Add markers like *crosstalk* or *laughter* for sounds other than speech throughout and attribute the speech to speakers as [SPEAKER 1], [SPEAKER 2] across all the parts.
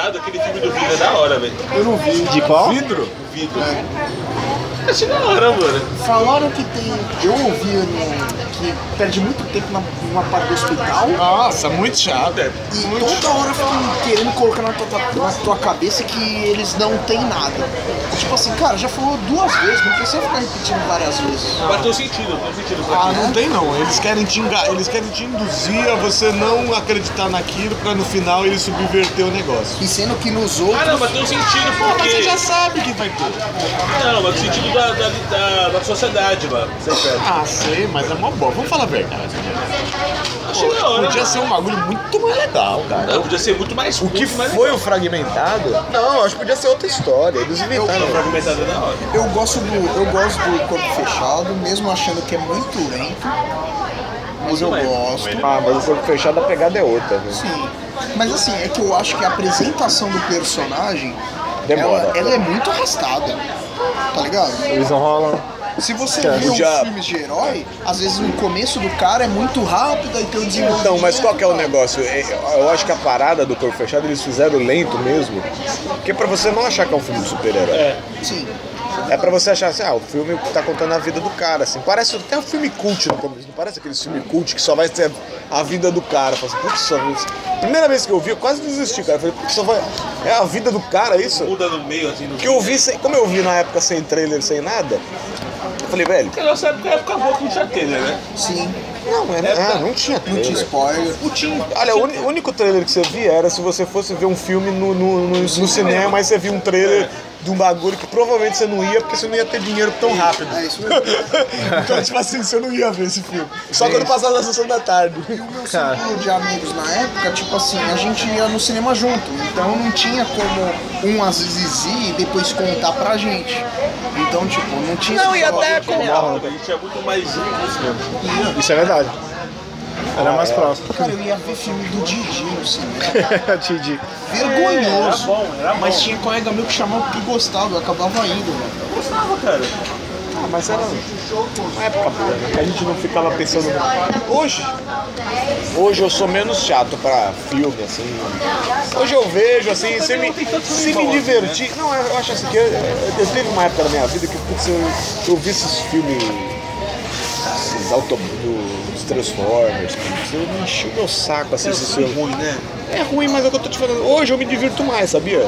[SPEAKER 1] aquele filme do vidro é da hora, velho.
[SPEAKER 2] Eu não vi.
[SPEAKER 3] De qual?
[SPEAKER 2] Vidro?
[SPEAKER 1] Vidro. Achei da hora, mano.
[SPEAKER 3] Falaram que tem. Eu ouvi no- que perde muito tempo na, numa parte do hospital.
[SPEAKER 2] Nossa, muito chato.
[SPEAKER 1] Deve.
[SPEAKER 3] E toda hora ficam querendo colocar na tua, na tua cabeça que eles não têm nada. Tipo assim, cara, já falou duas vezes, não precisa ficar repetindo várias vezes.
[SPEAKER 1] Bateu sentido, bateu sentido.
[SPEAKER 2] Ah, não tem não. Eles querem te enga... eles querem te induzir a você não acreditar naquilo pra no final ele subverter o negócio.
[SPEAKER 3] E sendo que nos outros.
[SPEAKER 1] Ah, não, bateu sentido
[SPEAKER 2] Ah, mas você já
[SPEAKER 1] porque...
[SPEAKER 2] sabe que vai ter.
[SPEAKER 1] Não, bateu sentido da, da, da, da sociedade, mano. Você pega.
[SPEAKER 2] Ah, sei, mas é uma boa. Vamos falar a verdade.
[SPEAKER 1] Achei da hora,
[SPEAKER 2] Podia
[SPEAKER 1] mano.
[SPEAKER 2] ser um bagulho muito mais legal, cara.
[SPEAKER 1] Não, podia ser muito mais
[SPEAKER 4] O que
[SPEAKER 1] muito mais
[SPEAKER 4] foi o fragmentado? Não, acho que podia ser outra história. Eles inventaram.
[SPEAKER 1] legal. Pra começar da hora.
[SPEAKER 3] Eu gosto do. Eu gosto do corpo fechado, mesmo achando que é muito lento. Mas eu gosto.
[SPEAKER 4] Ah, mas o corpo fechado, a pegada é outra. Né?
[SPEAKER 3] Sim. Mas assim, é que eu acho que a apresentação do personagem.
[SPEAKER 4] Demora.
[SPEAKER 3] Ela, ela é muito arrastada. Tá ligado?
[SPEAKER 4] Eles não rolam.
[SPEAKER 3] Se você
[SPEAKER 4] Cara,
[SPEAKER 3] vê uns
[SPEAKER 4] já-
[SPEAKER 3] filmes de herói, às vezes o começo do cara é muito rápido, aí tem o desenvolvimento.
[SPEAKER 4] Então, mas qual que é o negócio? É, Eu acho que a parada do corpo fechado eles fizeram lento mesmo. Porque pra você não achar que é um filme de super-herói.
[SPEAKER 3] Sim.
[SPEAKER 4] É pra você achar assim, ah, o filme tá contando a vida do cara, assim. Parece até um filme cult no começo, não parece aquele filme cult que só vai ser a vida do cara. Fala assim, putz, só... Primeira vez que eu vi, eu quase desisti, cara. Eu falei, putz, só vai. É a vida do cara isso?
[SPEAKER 1] Muda no meio, assim, no
[SPEAKER 4] Que eu vi, sem... como eu vi na época sem trailer, sem nada, eu falei, velho,
[SPEAKER 1] Porque nossa época, época boa com chateira, né?
[SPEAKER 3] Sim.
[SPEAKER 4] não, era... ah, não tinha
[SPEAKER 3] Não tinha
[SPEAKER 4] trailer.
[SPEAKER 3] spoiler.
[SPEAKER 1] O Tim.
[SPEAKER 4] Olha, o uni- o único trailer que você via era se você fosse ver um filme no, no, no, no cinema, aí você via um trailer de um bagulho que provavelmente você não ia, porque você não ia ter dinheiro tão rápido.
[SPEAKER 3] É isso mesmo.
[SPEAKER 4] então, tipo assim, você não ia ver esse filme. Só quando passava na sessão da tarde.
[SPEAKER 3] Meu é um círculo de amigos na época, tipo assim, a gente ia no cinema junto. Então não tinha como um às vezes ir e depois contar pra gente. Então, tipo, não tinha.
[SPEAKER 4] Não,
[SPEAKER 3] esse
[SPEAKER 4] e até
[SPEAKER 3] fator.
[SPEAKER 4] como.
[SPEAKER 1] A gente é muito mais juntos mesmo.
[SPEAKER 5] Isso é verdade. Era
[SPEAKER 4] É
[SPEAKER 5] mais próximo.
[SPEAKER 3] Cara, eu ia ver filme do Didi no cinema.
[SPEAKER 5] *laughs* Didi.
[SPEAKER 1] Era
[SPEAKER 3] Vergonhoso.
[SPEAKER 1] bom, era bom.
[SPEAKER 3] Mas tinha colega meu que chamava que gostava, eu acabava indo, né? velho.
[SPEAKER 1] gostava, cara.
[SPEAKER 4] Mas era uma época boa, que a gente não ficava pensando. Hoje, hoje eu sou menos chato pra filme, assim. Hoje eu vejo, assim, se me, se me divertir. Não, eu acho assim que eu, eu teve uma época da minha vida que putz, eu, eu vi esses filmes. Esses auto, do- dos Transformers, putz, eu me enchi o meu saco assim, esses filmes.
[SPEAKER 1] ruim, né?
[SPEAKER 4] É ruim, mas é o que eu tô te falando. Hoje eu me divirto mais, sabia?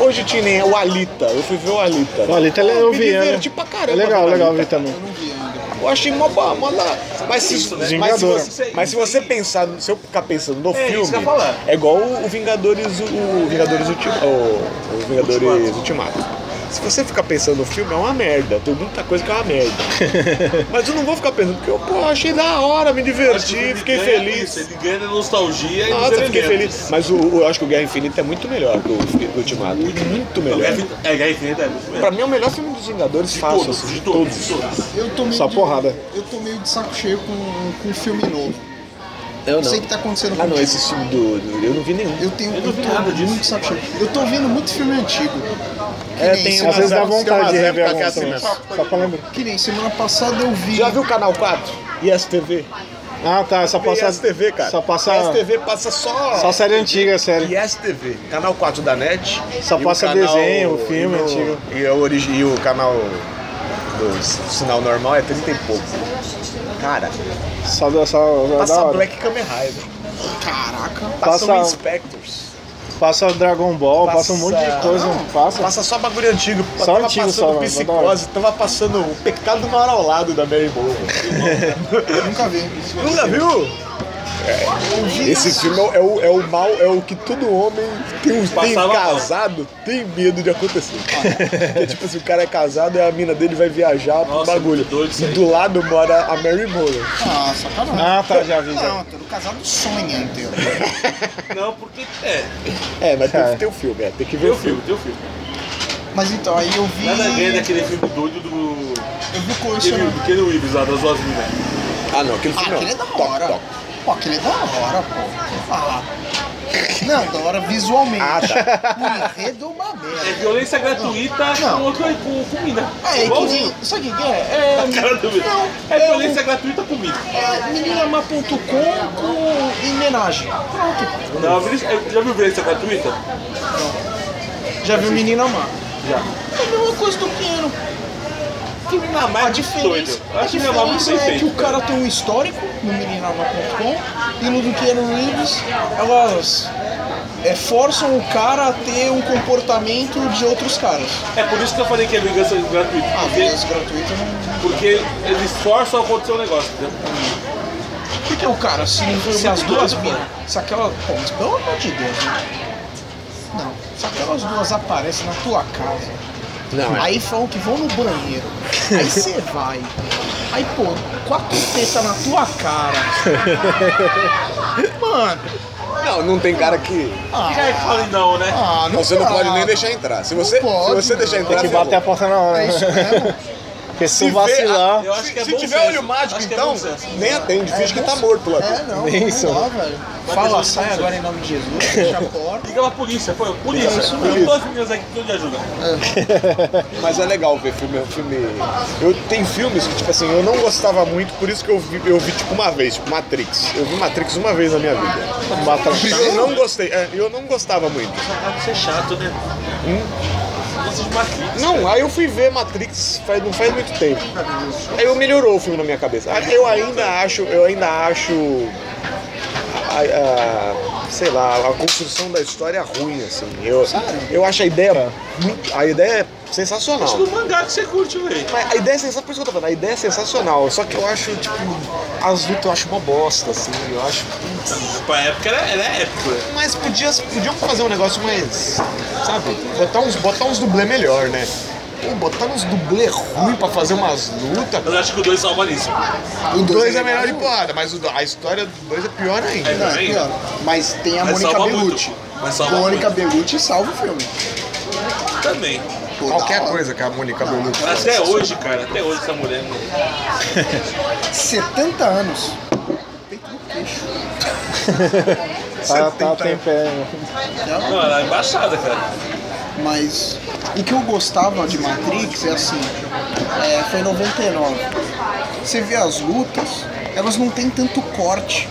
[SPEAKER 4] Hoje tinha nem o Alita, eu fui ver o Alita.
[SPEAKER 5] O Alita é- eu
[SPEAKER 4] me
[SPEAKER 5] vi, é.
[SPEAKER 4] diverti pra caramba.
[SPEAKER 5] É legal,
[SPEAKER 4] vendo
[SPEAKER 5] legal
[SPEAKER 4] Alita.
[SPEAKER 5] ver também.
[SPEAKER 4] Eu achei mó ba- mó da- Mas se,
[SPEAKER 1] Isso, né?
[SPEAKER 4] mas, se
[SPEAKER 5] Vingadora.
[SPEAKER 4] você, mas se você pensar, se eu ficar pensando no
[SPEAKER 1] É, isso que eu
[SPEAKER 4] filme,
[SPEAKER 1] ia falar.
[SPEAKER 4] é igual o o Vingadores, o- o Vingadores Ultimato. O, o Vingadores Ultimato. Se você ficar pensando no filme, é uma merda. Tem muita coisa que é uma
[SPEAKER 1] *laughs*
[SPEAKER 4] merda. mas eu não vou ficar pensando, porque eu pô, achei da hora, me diverti, fiquei
[SPEAKER 1] Ele ganha
[SPEAKER 4] feliz.
[SPEAKER 1] isso, Ele ganha na nostalgia e nos
[SPEAKER 4] Nossa, eu fiquei
[SPEAKER 1] elementos.
[SPEAKER 4] feliz. Mas o, o- eu acho que o Guerra Infinita é muito melhor que o, que o Ultimato. Muito
[SPEAKER 1] Não,
[SPEAKER 4] melhor.
[SPEAKER 1] é, é, é infinito, é muito melhor.
[SPEAKER 4] Pra mim é o melhor filme dos Vingadores fácil,
[SPEAKER 1] Todos,
[SPEAKER 4] assim,
[SPEAKER 1] de todos, de todos.
[SPEAKER 3] Eu tô meio
[SPEAKER 5] Só
[SPEAKER 3] de-
[SPEAKER 5] porrada.
[SPEAKER 3] Eu tô meio de saco cheio com, com filme novo.
[SPEAKER 4] Eu
[SPEAKER 3] Não sei o que tá acontecendo
[SPEAKER 4] Ah, não,
[SPEAKER 3] comigo.
[SPEAKER 4] esse filme do, do- Eu não vi nenhum.
[SPEAKER 3] Eu tenho eu
[SPEAKER 1] não vi
[SPEAKER 3] tô
[SPEAKER 1] nada disso.
[SPEAKER 3] muito saco cheio. Eu tô vendo muito filme antigo. Que,
[SPEAKER 4] É,
[SPEAKER 3] nem
[SPEAKER 4] tem
[SPEAKER 3] semana,
[SPEAKER 5] Às vezes dá
[SPEAKER 4] Mas é
[SPEAKER 5] vontade de
[SPEAKER 4] uma época que
[SPEAKER 5] rever
[SPEAKER 4] é
[SPEAKER 5] alguma
[SPEAKER 4] assim
[SPEAKER 5] coisa. Só pra lembrar.
[SPEAKER 3] que nem semana passada eu vi.
[SPEAKER 4] Já viu o Canal 4? E STV?
[SPEAKER 5] Ah, tá. Só passa...
[SPEAKER 4] STV, cara.
[SPEAKER 5] Só passa...
[SPEAKER 4] STV passa só...
[SPEAKER 5] Só série antiga, é série.
[SPEAKER 4] E STV. Canal 4 da NET.
[SPEAKER 5] Só
[SPEAKER 4] e o
[SPEAKER 5] passa desenho, filme
[SPEAKER 4] e o-
[SPEAKER 5] antigo.
[SPEAKER 4] E, a origi- e o canal do s- sinal normal é 30 e pouco. Cara,
[SPEAKER 5] Só, da- só, só É da
[SPEAKER 4] passa
[SPEAKER 5] hora.
[SPEAKER 4] Black Kamen Rider.
[SPEAKER 3] Caraca.
[SPEAKER 4] Passa,
[SPEAKER 5] Passa-
[SPEAKER 4] o Inspectors.
[SPEAKER 5] Passa Dragon Ball, passa, um monte de coisa.
[SPEAKER 4] Não,
[SPEAKER 5] passa.
[SPEAKER 4] Passa só bagulho antigo.
[SPEAKER 5] Só
[SPEAKER 4] tava
[SPEAKER 5] antigo
[SPEAKER 4] passando
[SPEAKER 5] só, mano,
[SPEAKER 4] psicose, tava passando o pecado do mar ao lado da Mary Moore.
[SPEAKER 3] Eu nunca vi.
[SPEAKER 4] Nunca viu? Esse filme é o, é o mal, é o que todo homem que tem, tem
[SPEAKER 1] Passava mal.
[SPEAKER 4] casado tem medo de acontecer. Porque, tipo assim, o cara é casado e a mina dele vai viajar pro
[SPEAKER 1] Nossa,
[SPEAKER 4] bagulho.
[SPEAKER 1] muito doido isso
[SPEAKER 4] E
[SPEAKER 1] aí.
[SPEAKER 4] do lado mora a Mary Moore.
[SPEAKER 3] Ah, sacanagem.
[SPEAKER 5] Ah, tá, já vi, já.
[SPEAKER 3] Não, todo casado sonha inteiro.
[SPEAKER 1] Não, porque. É,
[SPEAKER 4] É, mas tem,
[SPEAKER 5] Cara.
[SPEAKER 4] que ter o filme, é, tem que ver
[SPEAKER 1] tem
[SPEAKER 4] o
[SPEAKER 1] o filme,
[SPEAKER 4] filme.
[SPEAKER 1] tem o filme.
[SPEAKER 3] Mas então, aí eu vi.
[SPEAKER 1] Nada ganha daquele filme doido do.
[SPEAKER 3] Eu vi o
[SPEAKER 1] Aquele,
[SPEAKER 3] colecionador.
[SPEAKER 1] aquele Weaves lá, das duas minas.
[SPEAKER 4] Ah, não, aquele
[SPEAKER 3] Ah,
[SPEAKER 4] filme
[SPEAKER 3] aquele é
[SPEAKER 4] não.
[SPEAKER 3] da
[SPEAKER 4] Toc,
[SPEAKER 3] hora.
[SPEAKER 4] toc.
[SPEAKER 3] Pô, aquele é da hora, pô. Vou falar. Não, da hora visualmente.
[SPEAKER 4] Ah, tá.
[SPEAKER 3] O enredo é uma merda.
[SPEAKER 1] É violência gratuita
[SPEAKER 3] Não.
[SPEAKER 1] com outra com comida.
[SPEAKER 3] É, é que
[SPEAKER 1] Igualzinho.
[SPEAKER 3] nem, sabe o que que é? É,
[SPEAKER 1] A cara do
[SPEAKER 3] Não,
[SPEAKER 1] É
[SPEAKER 3] eu-
[SPEAKER 1] violência gratuita com comida.
[SPEAKER 3] é meninamar.com com homenagem. Pronto.
[SPEAKER 1] é, Não, a violência- já viu violência gratuita?
[SPEAKER 3] Já viu Menina Má? Já. É a mesma coisa do Queiro.
[SPEAKER 1] Menina Má
[SPEAKER 3] A
[SPEAKER 1] é muito doido.
[SPEAKER 3] diferença,
[SPEAKER 1] Eu
[SPEAKER 3] a
[SPEAKER 1] acho Menina Má muito
[SPEAKER 3] diferença
[SPEAKER 1] bem
[SPEAKER 3] é que
[SPEAKER 1] feito.
[SPEAKER 3] o cara tem um histórico no meninama.com e no do Keanu Reeves elas é, forçam o cara a ter um comportamento de outros caras.
[SPEAKER 1] É por isso que eu falei que é vingança gratuita.
[SPEAKER 3] Ah,
[SPEAKER 1] Porque,
[SPEAKER 3] beleza, gratuito não.
[SPEAKER 1] porque eles forçam a acontecer o negócio, entendeu?
[SPEAKER 3] Porque é o cara, se, se as duas minas, se aquela. Pô, mas pelo amor de Deus, gente. Não, se aquelas duas aparecem na tua casa,
[SPEAKER 4] Não, é.
[SPEAKER 3] aí falam que vão no banheiro, aí
[SPEAKER 4] *laughs*
[SPEAKER 3] você vai, aí pô, quatro tetas na tua cara. Mano.
[SPEAKER 4] *laughs* não, não tem cara que.
[SPEAKER 3] Ah,
[SPEAKER 1] E aí falei não, né?
[SPEAKER 3] ah, não
[SPEAKER 4] é Você não
[SPEAKER 3] dá.
[SPEAKER 4] pode nem deixar entrar. Se você,
[SPEAKER 3] Não pode,
[SPEAKER 4] se você deixar
[SPEAKER 3] não.
[SPEAKER 4] entrar,
[SPEAKER 5] Tem que
[SPEAKER 4] ferrou.
[SPEAKER 5] bater a porta na hora.
[SPEAKER 3] É isso
[SPEAKER 5] né?
[SPEAKER 4] *laughs*
[SPEAKER 3] mesmo.
[SPEAKER 5] *laughs* Porque se
[SPEAKER 4] Se
[SPEAKER 5] tu vacilar.
[SPEAKER 4] vê- ah,
[SPEAKER 1] Eu acho que é
[SPEAKER 4] se
[SPEAKER 1] bom
[SPEAKER 4] tiver
[SPEAKER 1] senso.
[SPEAKER 4] olho mágico,
[SPEAKER 1] Acho que é
[SPEAKER 4] então,
[SPEAKER 1] bom senso.
[SPEAKER 4] nem atende. Finge que tá
[SPEAKER 3] bom
[SPEAKER 4] morto lá
[SPEAKER 3] É,
[SPEAKER 4] dentro.
[SPEAKER 3] não.
[SPEAKER 5] Nem isso.
[SPEAKER 3] Não dá, velho.
[SPEAKER 1] deixar
[SPEAKER 3] Fala,
[SPEAKER 1] de
[SPEAKER 3] sai
[SPEAKER 1] fazer.
[SPEAKER 3] agora em nome de Jesus, fecha a porta.
[SPEAKER 1] Liga pra polícia, foi. Polícia.
[SPEAKER 3] É isso
[SPEAKER 1] Eu tô as meninas aqui que eu te ajudo.
[SPEAKER 4] Mas é legal ver filme. filme... Eu, tem filmes que, tipo assim, eu não gostava muito, por isso que eu vi, eu vi tipo, uma vez, tipo, Matrix. Eu vi Matrix uma vez na minha vida. Matrix. Eu não gostei. é, eu não gostava muito.
[SPEAKER 1] Ah, Isso é chato, né? Nossa, de Matrix.
[SPEAKER 4] Não, aí eu fui ver Matrix faz, não faz muito tempo. Aí eu melhorou o filme na minha cabeça. Ah, Eu ainda acho, eu ainda acho. a- a- sei lá, a construção da história ruim, assim. Eu, eu acho a ideia muito. A ideia é sensacional.
[SPEAKER 1] Do mangá que você curte, velho.
[SPEAKER 4] Mas a ideia é sensacional, por isso que eu tô falando, a ideia é sensacional. Só que eu acho, tipo, as lutas eu acho uma bosta, assim, eu acho.
[SPEAKER 1] Pra Tipo, época era, era épico. né?
[SPEAKER 4] Mas podia, podiam fazer um negócio mais. Sabe? Botar uns, botar uns dublê melhor, né? Pô, botar uns dublê ruim pra fazer umas lutas.
[SPEAKER 1] Mas eu acho que o 2 salva nisso.
[SPEAKER 4] *laughs* O 2 é melhor de porrada, mas o do- a história do 2 é pior ainda.
[SPEAKER 1] É,
[SPEAKER 3] Não, é
[SPEAKER 1] também.
[SPEAKER 3] pior. Mas tem a
[SPEAKER 1] Mas
[SPEAKER 3] Mônica
[SPEAKER 1] salva
[SPEAKER 3] Bellucci.
[SPEAKER 1] muito. Mas salva
[SPEAKER 3] Mônica Bellucci salva o filme.
[SPEAKER 1] Também.
[SPEAKER 3] Pô, da
[SPEAKER 4] Qualquer
[SPEAKER 3] hora.
[SPEAKER 4] coisa que a Mônica Bellucci.
[SPEAKER 1] Até hoje, cara. Até hoje essa mulher. não-
[SPEAKER 3] 70 anos. Peito no queixo.
[SPEAKER 5] Tá, tá, tem pé.
[SPEAKER 1] Não, ela é embaixada, cara.
[SPEAKER 3] Mas o que eu gostava de Matrix é assim, é, foi em 99. Você vê as lutas, elas não tem tanto corte.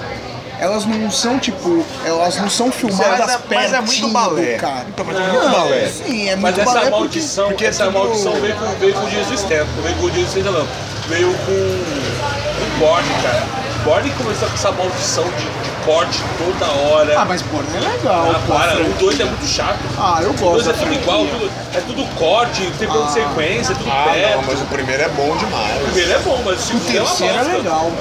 [SPEAKER 3] Elas não são tipo, elas não são filmadas
[SPEAKER 4] Mas é- mas é muito
[SPEAKER 3] pertinho do
[SPEAKER 4] balé. Então, é
[SPEAKER 3] cara.
[SPEAKER 1] É muito balé.
[SPEAKER 3] Sim, é
[SPEAKER 1] Mas
[SPEAKER 3] muito
[SPEAKER 1] essa
[SPEAKER 3] balé porque,
[SPEAKER 1] maldição,
[SPEAKER 3] porque é
[SPEAKER 1] essa
[SPEAKER 3] tudo-
[SPEAKER 1] maldição veio com, veio com o Jesus Tempo, veio com o Jesus Seja Lampo, veio com o Borne, cara. O Borne começou com essa maldição de, de corte toda hora.
[SPEAKER 3] Ah, mas porra, é legal.
[SPEAKER 1] Ah,
[SPEAKER 3] pô,
[SPEAKER 1] para, o
[SPEAKER 3] Frank.
[SPEAKER 1] 2 é muito chato.
[SPEAKER 3] Ah, eu
[SPEAKER 1] O 2
[SPEAKER 3] gosto.
[SPEAKER 1] é
[SPEAKER 3] da
[SPEAKER 1] tudo igual,
[SPEAKER 3] franquia.
[SPEAKER 1] tudo- é tudo corte, tem
[SPEAKER 3] Ah.
[SPEAKER 1] plano de sequência, é tudo
[SPEAKER 4] Ah,
[SPEAKER 1] perto.
[SPEAKER 4] não, mas o primeiro é bom demais.
[SPEAKER 1] O primeiro é bom, mas o
[SPEAKER 3] O
[SPEAKER 1] segundo é uma
[SPEAKER 3] terceiro é
[SPEAKER 1] bosta.
[SPEAKER 3] legal.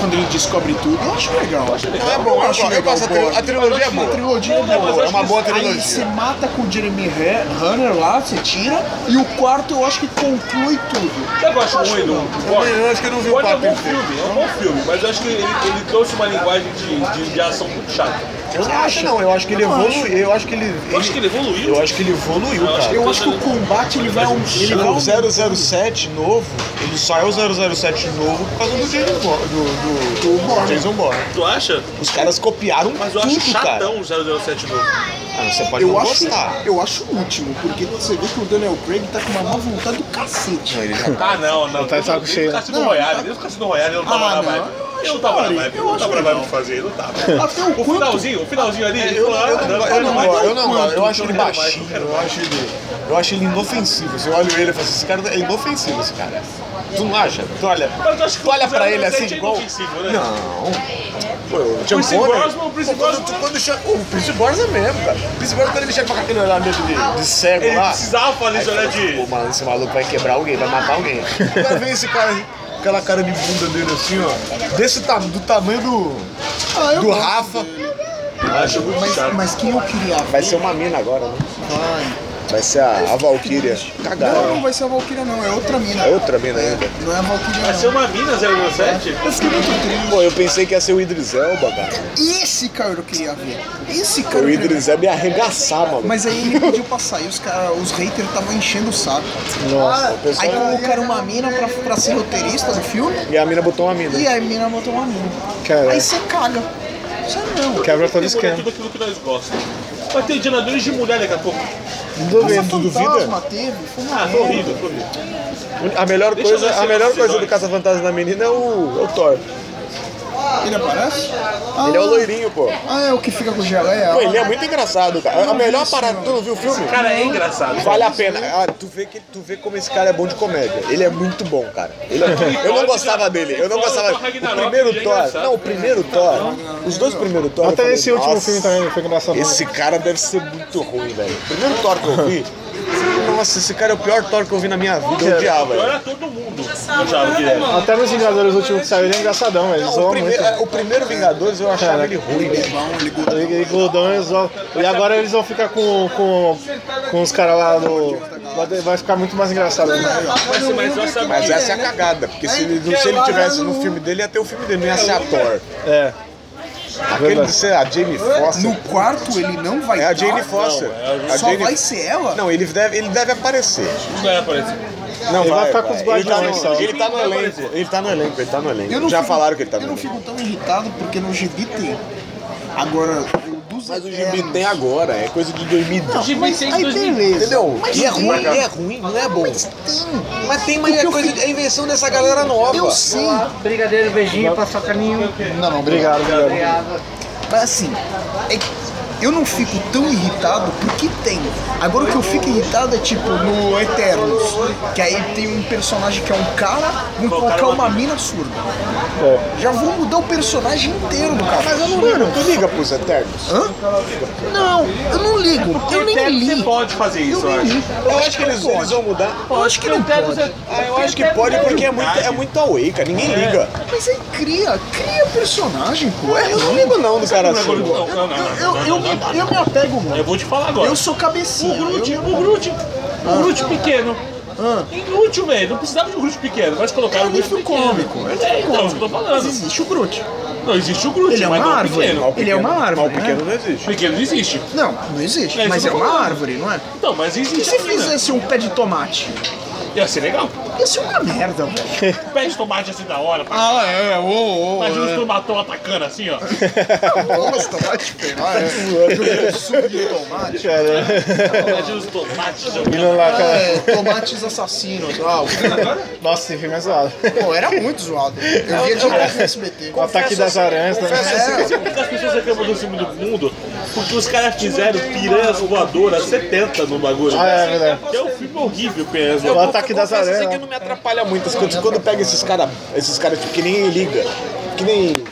[SPEAKER 3] Quando ele descobre tudo, eu acho legal.
[SPEAKER 4] Não, é bom, eu,
[SPEAKER 3] acho
[SPEAKER 4] gosto- eu
[SPEAKER 3] legal,
[SPEAKER 4] gosto. A, tri-
[SPEAKER 3] pô.
[SPEAKER 4] a trilogia é
[SPEAKER 3] A
[SPEAKER 4] boa.
[SPEAKER 3] trilogia é
[SPEAKER 1] mas eu
[SPEAKER 3] boa.
[SPEAKER 4] É uma boa trilogia.
[SPEAKER 3] Aí você mata com o Jeremy Re- Renner lá, você tira. E o quarto eu acho que conclui tudo.
[SPEAKER 1] Eu gosto muito do
[SPEAKER 4] Eu
[SPEAKER 1] Borne.
[SPEAKER 4] nem- eu acho que eu não vi o
[SPEAKER 1] Borne é um
[SPEAKER 4] papo
[SPEAKER 1] bom
[SPEAKER 4] inteiro.
[SPEAKER 1] filme, é um bom filme, mas eu acho que ele, ele trouxe uma linguagem de, de, de ação muito chata.
[SPEAKER 4] Eu não acho, não. Eu acho que ele
[SPEAKER 3] Eu não
[SPEAKER 4] evoluiu. Eu acho que ele.
[SPEAKER 1] Eu acho que ele evoluiu.
[SPEAKER 4] Eu acho que ele evoluiu,
[SPEAKER 1] Eu acho
[SPEAKER 4] cara.
[SPEAKER 3] Eu acho que o combate ele vai a um
[SPEAKER 4] Ele
[SPEAKER 3] ele vai a
[SPEAKER 4] o
[SPEAKER 3] um-
[SPEAKER 4] 007 novo, ele só é o 007 novo por causa do Jason Bourne. Do, do- Jason Bourne.
[SPEAKER 1] Tu acha?
[SPEAKER 4] Os caras copiaram
[SPEAKER 1] Mas eu
[SPEAKER 4] tudo,
[SPEAKER 1] acho
[SPEAKER 4] cara.
[SPEAKER 1] chatão o 007 novo.
[SPEAKER 4] Ah, você pode
[SPEAKER 3] Eu
[SPEAKER 4] não
[SPEAKER 3] acho,
[SPEAKER 4] gostar.
[SPEAKER 3] eu acho o último, porque você vê que o Daniel Craig tá com uma má vontade do cacete.
[SPEAKER 1] Ah, não, não.
[SPEAKER 5] Tá de saco
[SPEAKER 1] Desde
[SPEAKER 5] cheio.
[SPEAKER 1] o Cassino Royale, desde o Cassino Royale eu não tava
[SPEAKER 3] Ah,
[SPEAKER 1] na
[SPEAKER 3] não,
[SPEAKER 1] vibe.
[SPEAKER 3] eu
[SPEAKER 1] Eu
[SPEAKER 3] acho
[SPEAKER 1] não tava na
[SPEAKER 3] que
[SPEAKER 1] vibe,
[SPEAKER 3] não,
[SPEAKER 1] eu não
[SPEAKER 3] eu
[SPEAKER 1] tava
[SPEAKER 3] acho
[SPEAKER 1] na
[SPEAKER 3] que
[SPEAKER 1] vibe
[SPEAKER 3] não.
[SPEAKER 1] pra fazer, não tava.
[SPEAKER 3] Até o
[SPEAKER 1] O
[SPEAKER 3] quanto
[SPEAKER 1] finalzinho, o finalzinho ali, ele
[SPEAKER 4] Eu,
[SPEAKER 1] falou, ah,
[SPEAKER 4] eu não,
[SPEAKER 1] vai,
[SPEAKER 4] eu não
[SPEAKER 1] vai,
[SPEAKER 4] gosto,
[SPEAKER 1] vai,
[SPEAKER 5] um
[SPEAKER 4] eu não
[SPEAKER 1] vai,
[SPEAKER 4] gosto. Eu
[SPEAKER 1] vai,
[SPEAKER 4] acho ele
[SPEAKER 1] vai, vai, vai,
[SPEAKER 4] baixinho,
[SPEAKER 1] vai,
[SPEAKER 4] eu
[SPEAKER 1] vai.
[SPEAKER 4] acho ele. Eu acho ele inofensivo. Assim, eu olho ele e falo assim, esse cara é inofensivo, esse cara. Tu não acha? Tu olha,
[SPEAKER 1] Mas eu acho que
[SPEAKER 4] tu olha
[SPEAKER 1] o
[SPEAKER 4] pra ele assim
[SPEAKER 1] 007 é
[SPEAKER 4] igual.
[SPEAKER 1] inofensivo, né?
[SPEAKER 4] Não. Pô, o John
[SPEAKER 1] Pierce
[SPEAKER 4] Connor-
[SPEAKER 1] Brosnan, o Pierce
[SPEAKER 4] Pô, quando-
[SPEAKER 1] Brosnan-
[SPEAKER 4] quando chega- O Prince Brosnan é mesmo, cara. O Prince Brosnan, quando ele chega pra cá, aquele olhar meio de, de cego
[SPEAKER 1] Ele
[SPEAKER 4] lá.
[SPEAKER 1] precisava fazer
[SPEAKER 4] Aí
[SPEAKER 1] isso, né,
[SPEAKER 4] fala, Pô,
[SPEAKER 1] de...
[SPEAKER 4] mano, esse maluco vai quebrar alguém, vai matar alguém. Agora vem esse cara, aquela cara de bunda dele assim, ó. Desse ta- do tamanho do,
[SPEAKER 3] Ah, eu
[SPEAKER 4] do
[SPEAKER 3] gosto.
[SPEAKER 4] Rafa.
[SPEAKER 1] Acho muito chato.
[SPEAKER 3] Mas quem eu queria
[SPEAKER 4] Vai ser uma mina agora, né?
[SPEAKER 3] vai.
[SPEAKER 4] Vai ser é a, a Valkyria. Cagaram.
[SPEAKER 3] Não, não vai ser a Valkyria não, é outra mina.
[SPEAKER 4] É outra mina ainda.
[SPEAKER 3] Não é a Valkyria
[SPEAKER 1] Vai ser
[SPEAKER 3] não.
[SPEAKER 1] uma mina 007?
[SPEAKER 3] Eu fiquei muito triste.
[SPEAKER 4] Pô, eu pensei que ia ser o Idris Elba, cara.
[SPEAKER 3] Esse cara eu queria ver. Esse cara.
[SPEAKER 4] O
[SPEAKER 3] eu queria ver.
[SPEAKER 4] Idris Elba ia arregaçar, maluco.
[SPEAKER 3] Mas aí ele pediu pra sair, os, cara, os haters estavam enchendo o saco. Ah,
[SPEAKER 4] Nossa, o pessoal-
[SPEAKER 3] Aí colocaram uma mina pra, pra ser roteirista do filme,
[SPEAKER 4] E a mina botou uma mina.
[SPEAKER 3] e aí a mina botou uma mina.
[SPEAKER 5] Cara.
[SPEAKER 3] Aí você caga. Você não.
[SPEAKER 5] Quebra todo
[SPEAKER 1] Tem mulher
[SPEAKER 5] esquema.
[SPEAKER 1] Tudo aquilo que nós gostamos. Vai ter dinadores de mulher daqui a pouco.
[SPEAKER 3] Caça
[SPEAKER 4] tu duvida?
[SPEAKER 3] Fantasma teve, foi uma
[SPEAKER 1] Ah, tô
[SPEAKER 3] merda.
[SPEAKER 1] horrível, tô horrível.
[SPEAKER 4] A melhor
[SPEAKER 1] Deixa eu
[SPEAKER 4] coisa,
[SPEAKER 1] ver se
[SPEAKER 4] a
[SPEAKER 1] eu
[SPEAKER 4] melhor
[SPEAKER 1] consigo
[SPEAKER 4] coisa do
[SPEAKER 1] nós.
[SPEAKER 4] Caça Fantasma da menina é o, é o Thor.
[SPEAKER 3] Ele aparece? Ah,
[SPEAKER 4] Ele é o loirinho, pô.
[SPEAKER 3] Ah, é o que fica com geleia?
[SPEAKER 4] Pô, ele é muito engraçado, cara. A melhor parada, tu não viu o filme?
[SPEAKER 1] Cara, é engraçado.
[SPEAKER 4] Vale a pena. Ah, tu, vê que, tu vê como esse cara é bom de comédia. Ele é muito bom, cara. Ele é- Eu não gostava dele. Eu não gostava. O
[SPEAKER 1] é
[SPEAKER 4] primeiro Thor. Não, o primeiro Thor. Os dois primeiros Thor. eu
[SPEAKER 5] Até
[SPEAKER 4] falei,
[SPEAKER 5] esse último
[SPEAKER 4] "Nossa,
[SPEAKER 5] filme também foi engraçado.
[SPEAKER 4] Esse cara deve ser muito ruim, velho. O primeiro Thor que eu vi. Nossa, esse cara é o pior Thor que é? eu vi na minha vida. Eu odiava. ele.
[SPEAKER 1] Agora todo mundo achava que é. era.
[SPEAKER 5] Até nos Vingadores, o último que saiu, ele é engraçadão, velho. Ele
[SPEAKER 4] Não, o,
[SPEAKER 5] zoa muito.
[SPEAKER 4] primeiro, é, o primeiro Vingadores eu achava ele ruim, velho.
[SPEAKER 5] Ele, ele grudão, ele zoa. E agora eles vão ficar com, com, com os caras lá do. vai- Vai ficar muito mais engraçado. né?
[SPEAKER 1] Mas, mas eu sabia.
[SPEAKER 4] Mas essa é a
[SPEAKER 3] né?
[SPEAKER 4] cagada, porque se ele, se ele tivesse no filme dele, ia ter o filme dele, não ia ser a Thor.
[SPEAKER 5] É.
[SPEAKER 4] Aquele de ser a Jamie Foster.
[SPEAKER 3] No quarto ele não vai
[SPEAKER 4] É a
[SPEAKER 3] tá?
[SPEAKER 4] Jane Foster. a
[SPEAKER 3] Só
[SPEAKER 4] Jane-
[SPEAKER 3] vai ser ela?
[SPEAKER 4] Não, ele deve, ele deve aparecer.
[SPEAKER 1] Não é, era parecido.
[SPEAKER 4] Não,
[SPEAKER 5] Ele vai ficar com os
[SPEAKER 4] Ele tá,
[SPEAKER 5] Guardiões,
[SPEAKER 4] no,
[SPEAKER 5] só.
[SPEAKER 4] ele tá no elenco. Ele tá no elenco, ele tá no
[SPEAKER 3] Eu não
[SPEAKER 4] elenco. Já
[SPEAKER 3] fico-
[SPEAKER 4] falaram que ele tá no
[SPEAKER 3] Eu não
[SPEAKER 4] elenco.
[SPEAKER 3] fico tão irritado porque no gibi tem. Agora, o dos
[SPEAKER 4] Mas o
[SPEAKER 3] Eternos-
[SPEAKER 4] gibi tem agora, é coisa de 2012.
[SPEAKER 1] Gibi
[SPEAKER 3] Mas
[SPEAKER 1] tem
[SPEAKER 3] aí
[SPEAKER 1] dois mil-
[SPEAKER 3] beleza.
[SPEAKER 4] Entendeu?
[SPEAKER 3] Mas
[SPEAKER 4] e é
[SPEAKER 3] tem,
[SPEAKER 4] ruim,
[SPEAKER 3] cara.
[SPEAKER 4] e é ruim, não é bom. Mas tem, mas
[SPEAKER 3] O que eu
[SPEAKER 4] coisa, é invenção dessa galera nova.
[SPEAKER 3] Eu sei,
[SPEAKER 6] Brigadeiro, beijinho, paçoca ninho.
[SPEAKER 5] Não, não, obrigado, obrigado.
[SPEAKER 6] Obrigado.
[SPEAKER 3] mas assim, é que eu não fico tão irritado porque tem. Agora o que eu fico irritado é tipo no Eternos, que aí tem um personagem que é um cara, vão colocar é
[SPEAKER 4] é
[SPEAKER 3] uma mina surda. Já vão mudar o personagem inteiro do cara. Mas eu não
[SPEAKER 4] Mano, tu liga pros Eternos?
[SPEAKER 3] Não, eu não ligo. Eu nem
[SPEAKER 1] Eterno,
[SPEAKER 3] li.
[SPEAKER 1] Você pode fazer isso, eu
[SPEAKER 3] Eu
[SPEAKER 1] acho.
[SPEAKER 3] nem li.
[SPEAKER 4] Eu acho que eles, eles vão mudar.
[SPEAKER 3] Eu acho que não pode.
[SPEAKER 4] Ah, eu acho que pode porque é muito, é muito away, cara. Ninguém liga.
[SPEAKER 3] Mas aí cria, cria personagem, pô. É, eu não ligo.
[SPEAKER 4] ligo não do cara assim.
[SPEAKER 1] Não,
[SPEAKER 3] Eu,
[SPEAKER 1] não, não, não,
[SPEAKER 3] eu, eu, me, eu me apego muito.
[SPEAKER 1] Eu vou te falar agora.
[SPEAKER 3] Eu sou Ah.
[SPEAKER 1] O
[SPEAKER 3] cabecinha.
[SPEAKER 1] Groot,
[SPEAKER 3] eu-
[SPEAKER 1] o Groot, o Groot pequeno. Inútil, velho. Não precisava de um Groot pequeno, mas colocaram um Groot
[SPEAKER 3] Ele Ah. é um
[SPEAKER 1] pequeno.
[SPEAKER 3] livro cômico, ele é
[SPEAKER 1] É, então, isso que eu tô
[SPEAKER 3] Mas
[SPEAKER 1] falando.
[SPEAKER 3] existe o Groot.
[SPEAKER 1] Não existe o Groot,
[SPEAKER 3] Ele é
[SPEAKER 1] mas
[SPEAKER 3] uma
[SPEAKER 1] não o
[SPEAKER 3] árvore.
[SPEAKER 1] pequeno.
[SPEAKER 3] Ele é uma árvore,
[SPEAKER 4] Mal pequeno não existe.
[SPEAKER 1] O pequeno não existe.
[SPEAKER 3] Não, não existe.
[SPEAKER 1] É isso
[SPEAKER 3] mas
[SPEAKER 1] que
[SPEAKER 3] é
[SPEAKER 1] eu tô
[SPEAKER 3] uma
[SPEAKER 1] falando.
[SPEAKER 3] árvore, não é?
[SPEAKER 1] Então, mas
[SPEAKER 3] E
[SPEAKER 1] existe
[SPEAKER 3] se
[SPEAKER 1] a mina.
[SPEAKER 3] fizesse um pé de tomate?
[SPEAKER 1] Ia ser legal.
[SPEAKER 3] Ia ser uma merda,
[SPEAKER 1] *laughs*
[SPEAKER 3] velho.
[SPEAKER 1] Pé de tomate assim da hora. pra-
[SPEAKER 2] Ah, é, ô, ô, ô.
[SPEAKER 1] Imagina os tomatão atacando assim, ó.
[SPEAKER 3] Nossa, tomate pegar, é. Suco de
[SPEAKER 1] é.
[SPEAKER 3] tomate.
[SPEAKER 1] Imagina os tomates jogando.
[SPEAKER 5] Indo lá, cara.
[SPEAKER 3] *laughs* É, tomates assassinos. Ah,
[SPEAKER 1] *laughs*
[SPEAKER 5] Nossa, esse filme
[SPEAKER 4] *laughs*
[SPEAKER 5] é zoado.
[SPEAKER 3] pô, era muito zoado. Eu via direto no SBT.
[SPEAKER 5] O ataque das aranhas, né?
[SPEAKER 1] Isso é porque as pessoas reclamam do filme do mundo, porque os caras fizeram piranhas voadoras 70 no bagulho.
[SPEAKER 5] Ah, é verdade.
[SPEAKER 1] Que é um filme horrível, piranhas
[SPEAKER 5] O
[SPEAKER 1] voadoras.
[SPEAKER 5] ataque das
[SPEAKER 4] Confesso assim que
[SPEAKER 5] aranhas. né?
[SPEAKER 4] não me atrapalha muito. assim, Quando, quando pega esses caras, esses caras tipo, que nem liga, que nem. que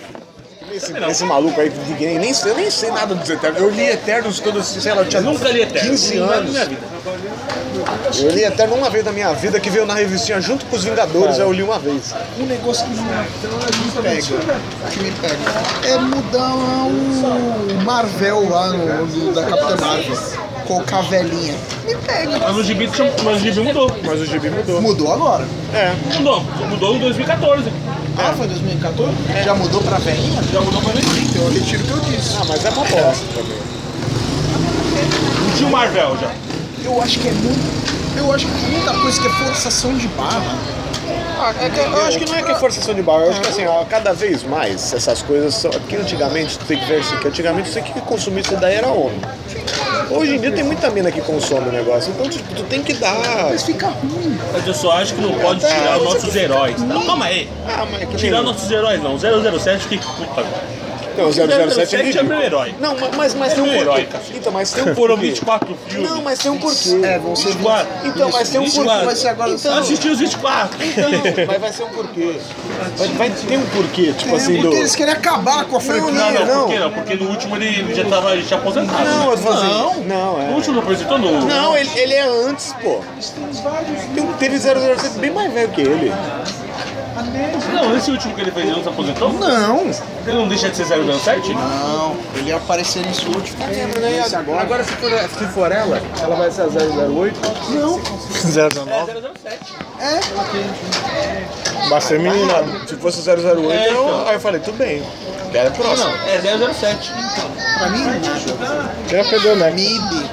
[SPEAKER 4] nem Esse, esse maluco aí, que ninguém- nem, sei- eu nem sei nada dos Eternos. Eu li Eternos quando, sei lá, eu tinha
[SPEAKER 1] Eu nunca li Eterno.
[SPEAKER 4] 15 anos.
[SPEAKER 1] Na minha vida.
[SPEAKER 4] Eu li Eterno uma vez na minha vida, que veio na revistinha junto com os Vingadores, eu li uma vez.
[SPEAKER 3] Um negócio que me pega, que me pega, é mudar o Marvel lá no, no- da Capitã Marvel. Colocar a velhinha. Me pega.
[SPEAKER 1] Mas o gibi, tinha- mas o gibi mudou.
[SPEAKER 4] Mas o Gibi mudou.
[SPEAKER 3] Mudou agora.
[SPEAKER 1] Mudou. Mudou em 2014.
[SPEAKER 3] Ah, foi 2014? Já mudou pra velhinha?
[SPEAKER 1] Já mudou pra mim.
[SPEAKER 3] Então eu retiro o que eu disse.
[SPEAKER 4] Ah, mas é uma bosta também.
[SPEAKER 1] Não tinha o Marvel já.
[SPEAKER 3] Eu acho que é muito. Eu acho que muita coisa que é forçação de barra.
[SPEAKER 4] Eu acho que não é que é forçação de barra, eu acho que assim, ó, cada vez mais essas coisas são. Que antigamente, tu tem que ver assim, que antigamente você que consumia isso daí era homem. Hoje em dia tem muita mina que consome o negócio, então tipo, tu tem que dar.
[SPEAKER 3] Mas fica ruim.
[SPEAKER 1] Mas eu só acho que não pode
[SPEAKER 4] Até
[SPEAKER 1] tirar
[SPEAKER 4] você-
[SPEAKER 1] nossos heróis. Não, calma aí.
[SPEAKER 4] Ah, mas é que
[SPEAKER 1] Tirar
[SPEAKER 4] nem-
[SPEAKER 1] nossos heróis não. 007 que puta.
[SPEAKER 4] Não, 007 é
[SPEAKER 1] 007 é
[SPEAKER 4] ridículo.
[SPEAKER 1] meu herói.
[SPEAKER 4] Não, ma- mas, mas
[SPEAKER 1] É
[SPEAKER 4] tem um
[SPEAKER 1] meu
[SPEAKER 4] porquê.
[SPEAKER 1] herói, cara.
[SPEAKER 4] Então, mas tem um
[SPEAKER 1] Foram
[SPEAKER 4] porquê.
[SPEAKER 1] 24 filmes.
[SPEAKER 4] Não, mas tem um porquê.
[SPEAKER 3] É, vão ser
[SPEAKER 1] 24.
[SPEAKER 4] Então, mas tem um porquê.
[SPEAKER 1] 24.
[SPEAKER 3] Vai ser agora
[SPEAKER 1] Então, assisti os 24.
[SPEAKER 4] Então, mas vai ser um porquê. Vai, vai ter um porquê, tipo assim, do.
[SPEAKER 3] Porque eles querem acabar com a franquia.
[SPEAKER 1] Não, não,
[SPEAKER 4] Não.
[SPEAKER 1] por que não? Porque no último ele ele já tava ele tinha aposentado.
[SPEAKER 4] Não, eu tô falando
[SPEAKER 1] Não.
[SPEAKER 4] assim. Não,
[SPEAKER 1] No
[SPEAKER 4] é.
[SPEAKER 1] último não apresentou no.
[SPEAKER 4] Não, ele, ele é antes, pô. Tem um- Teve 007 bem mais velho que ele.
[SPEAKER 1] Não, esse último que ele fez ele não se aposentou?
[SPEAKER 3] Não.
[SPEAKER 1] Ele não deixa de ser 007?
[SPEAKER 3] Não, ele ia aparecer nesse último. Esse agora.
[SPEAKER 4] se for, se for ela, ela vai ser a 008.
[SPEAKER 3] Não.
[SPEAKER 4] É,
[SPEAKER 5] 019.
[SPEAKER 1] 007.
[SPEAKER 5] Basta menina.
[SPEAKER 4] Se fosse 008,
[SPEAKER 1] É,
[SPEAKER 4] eu-
[SPEAKER 1] então.
[SPEAKER 4] aí eu falei, tudo bem. Era próximo.
[SPEAKER 1] É 007.
[SPEAKER 3] Pra mim,
[SPEAKER 5] Já perdeu, né?
[SPEAKER 3] Mib.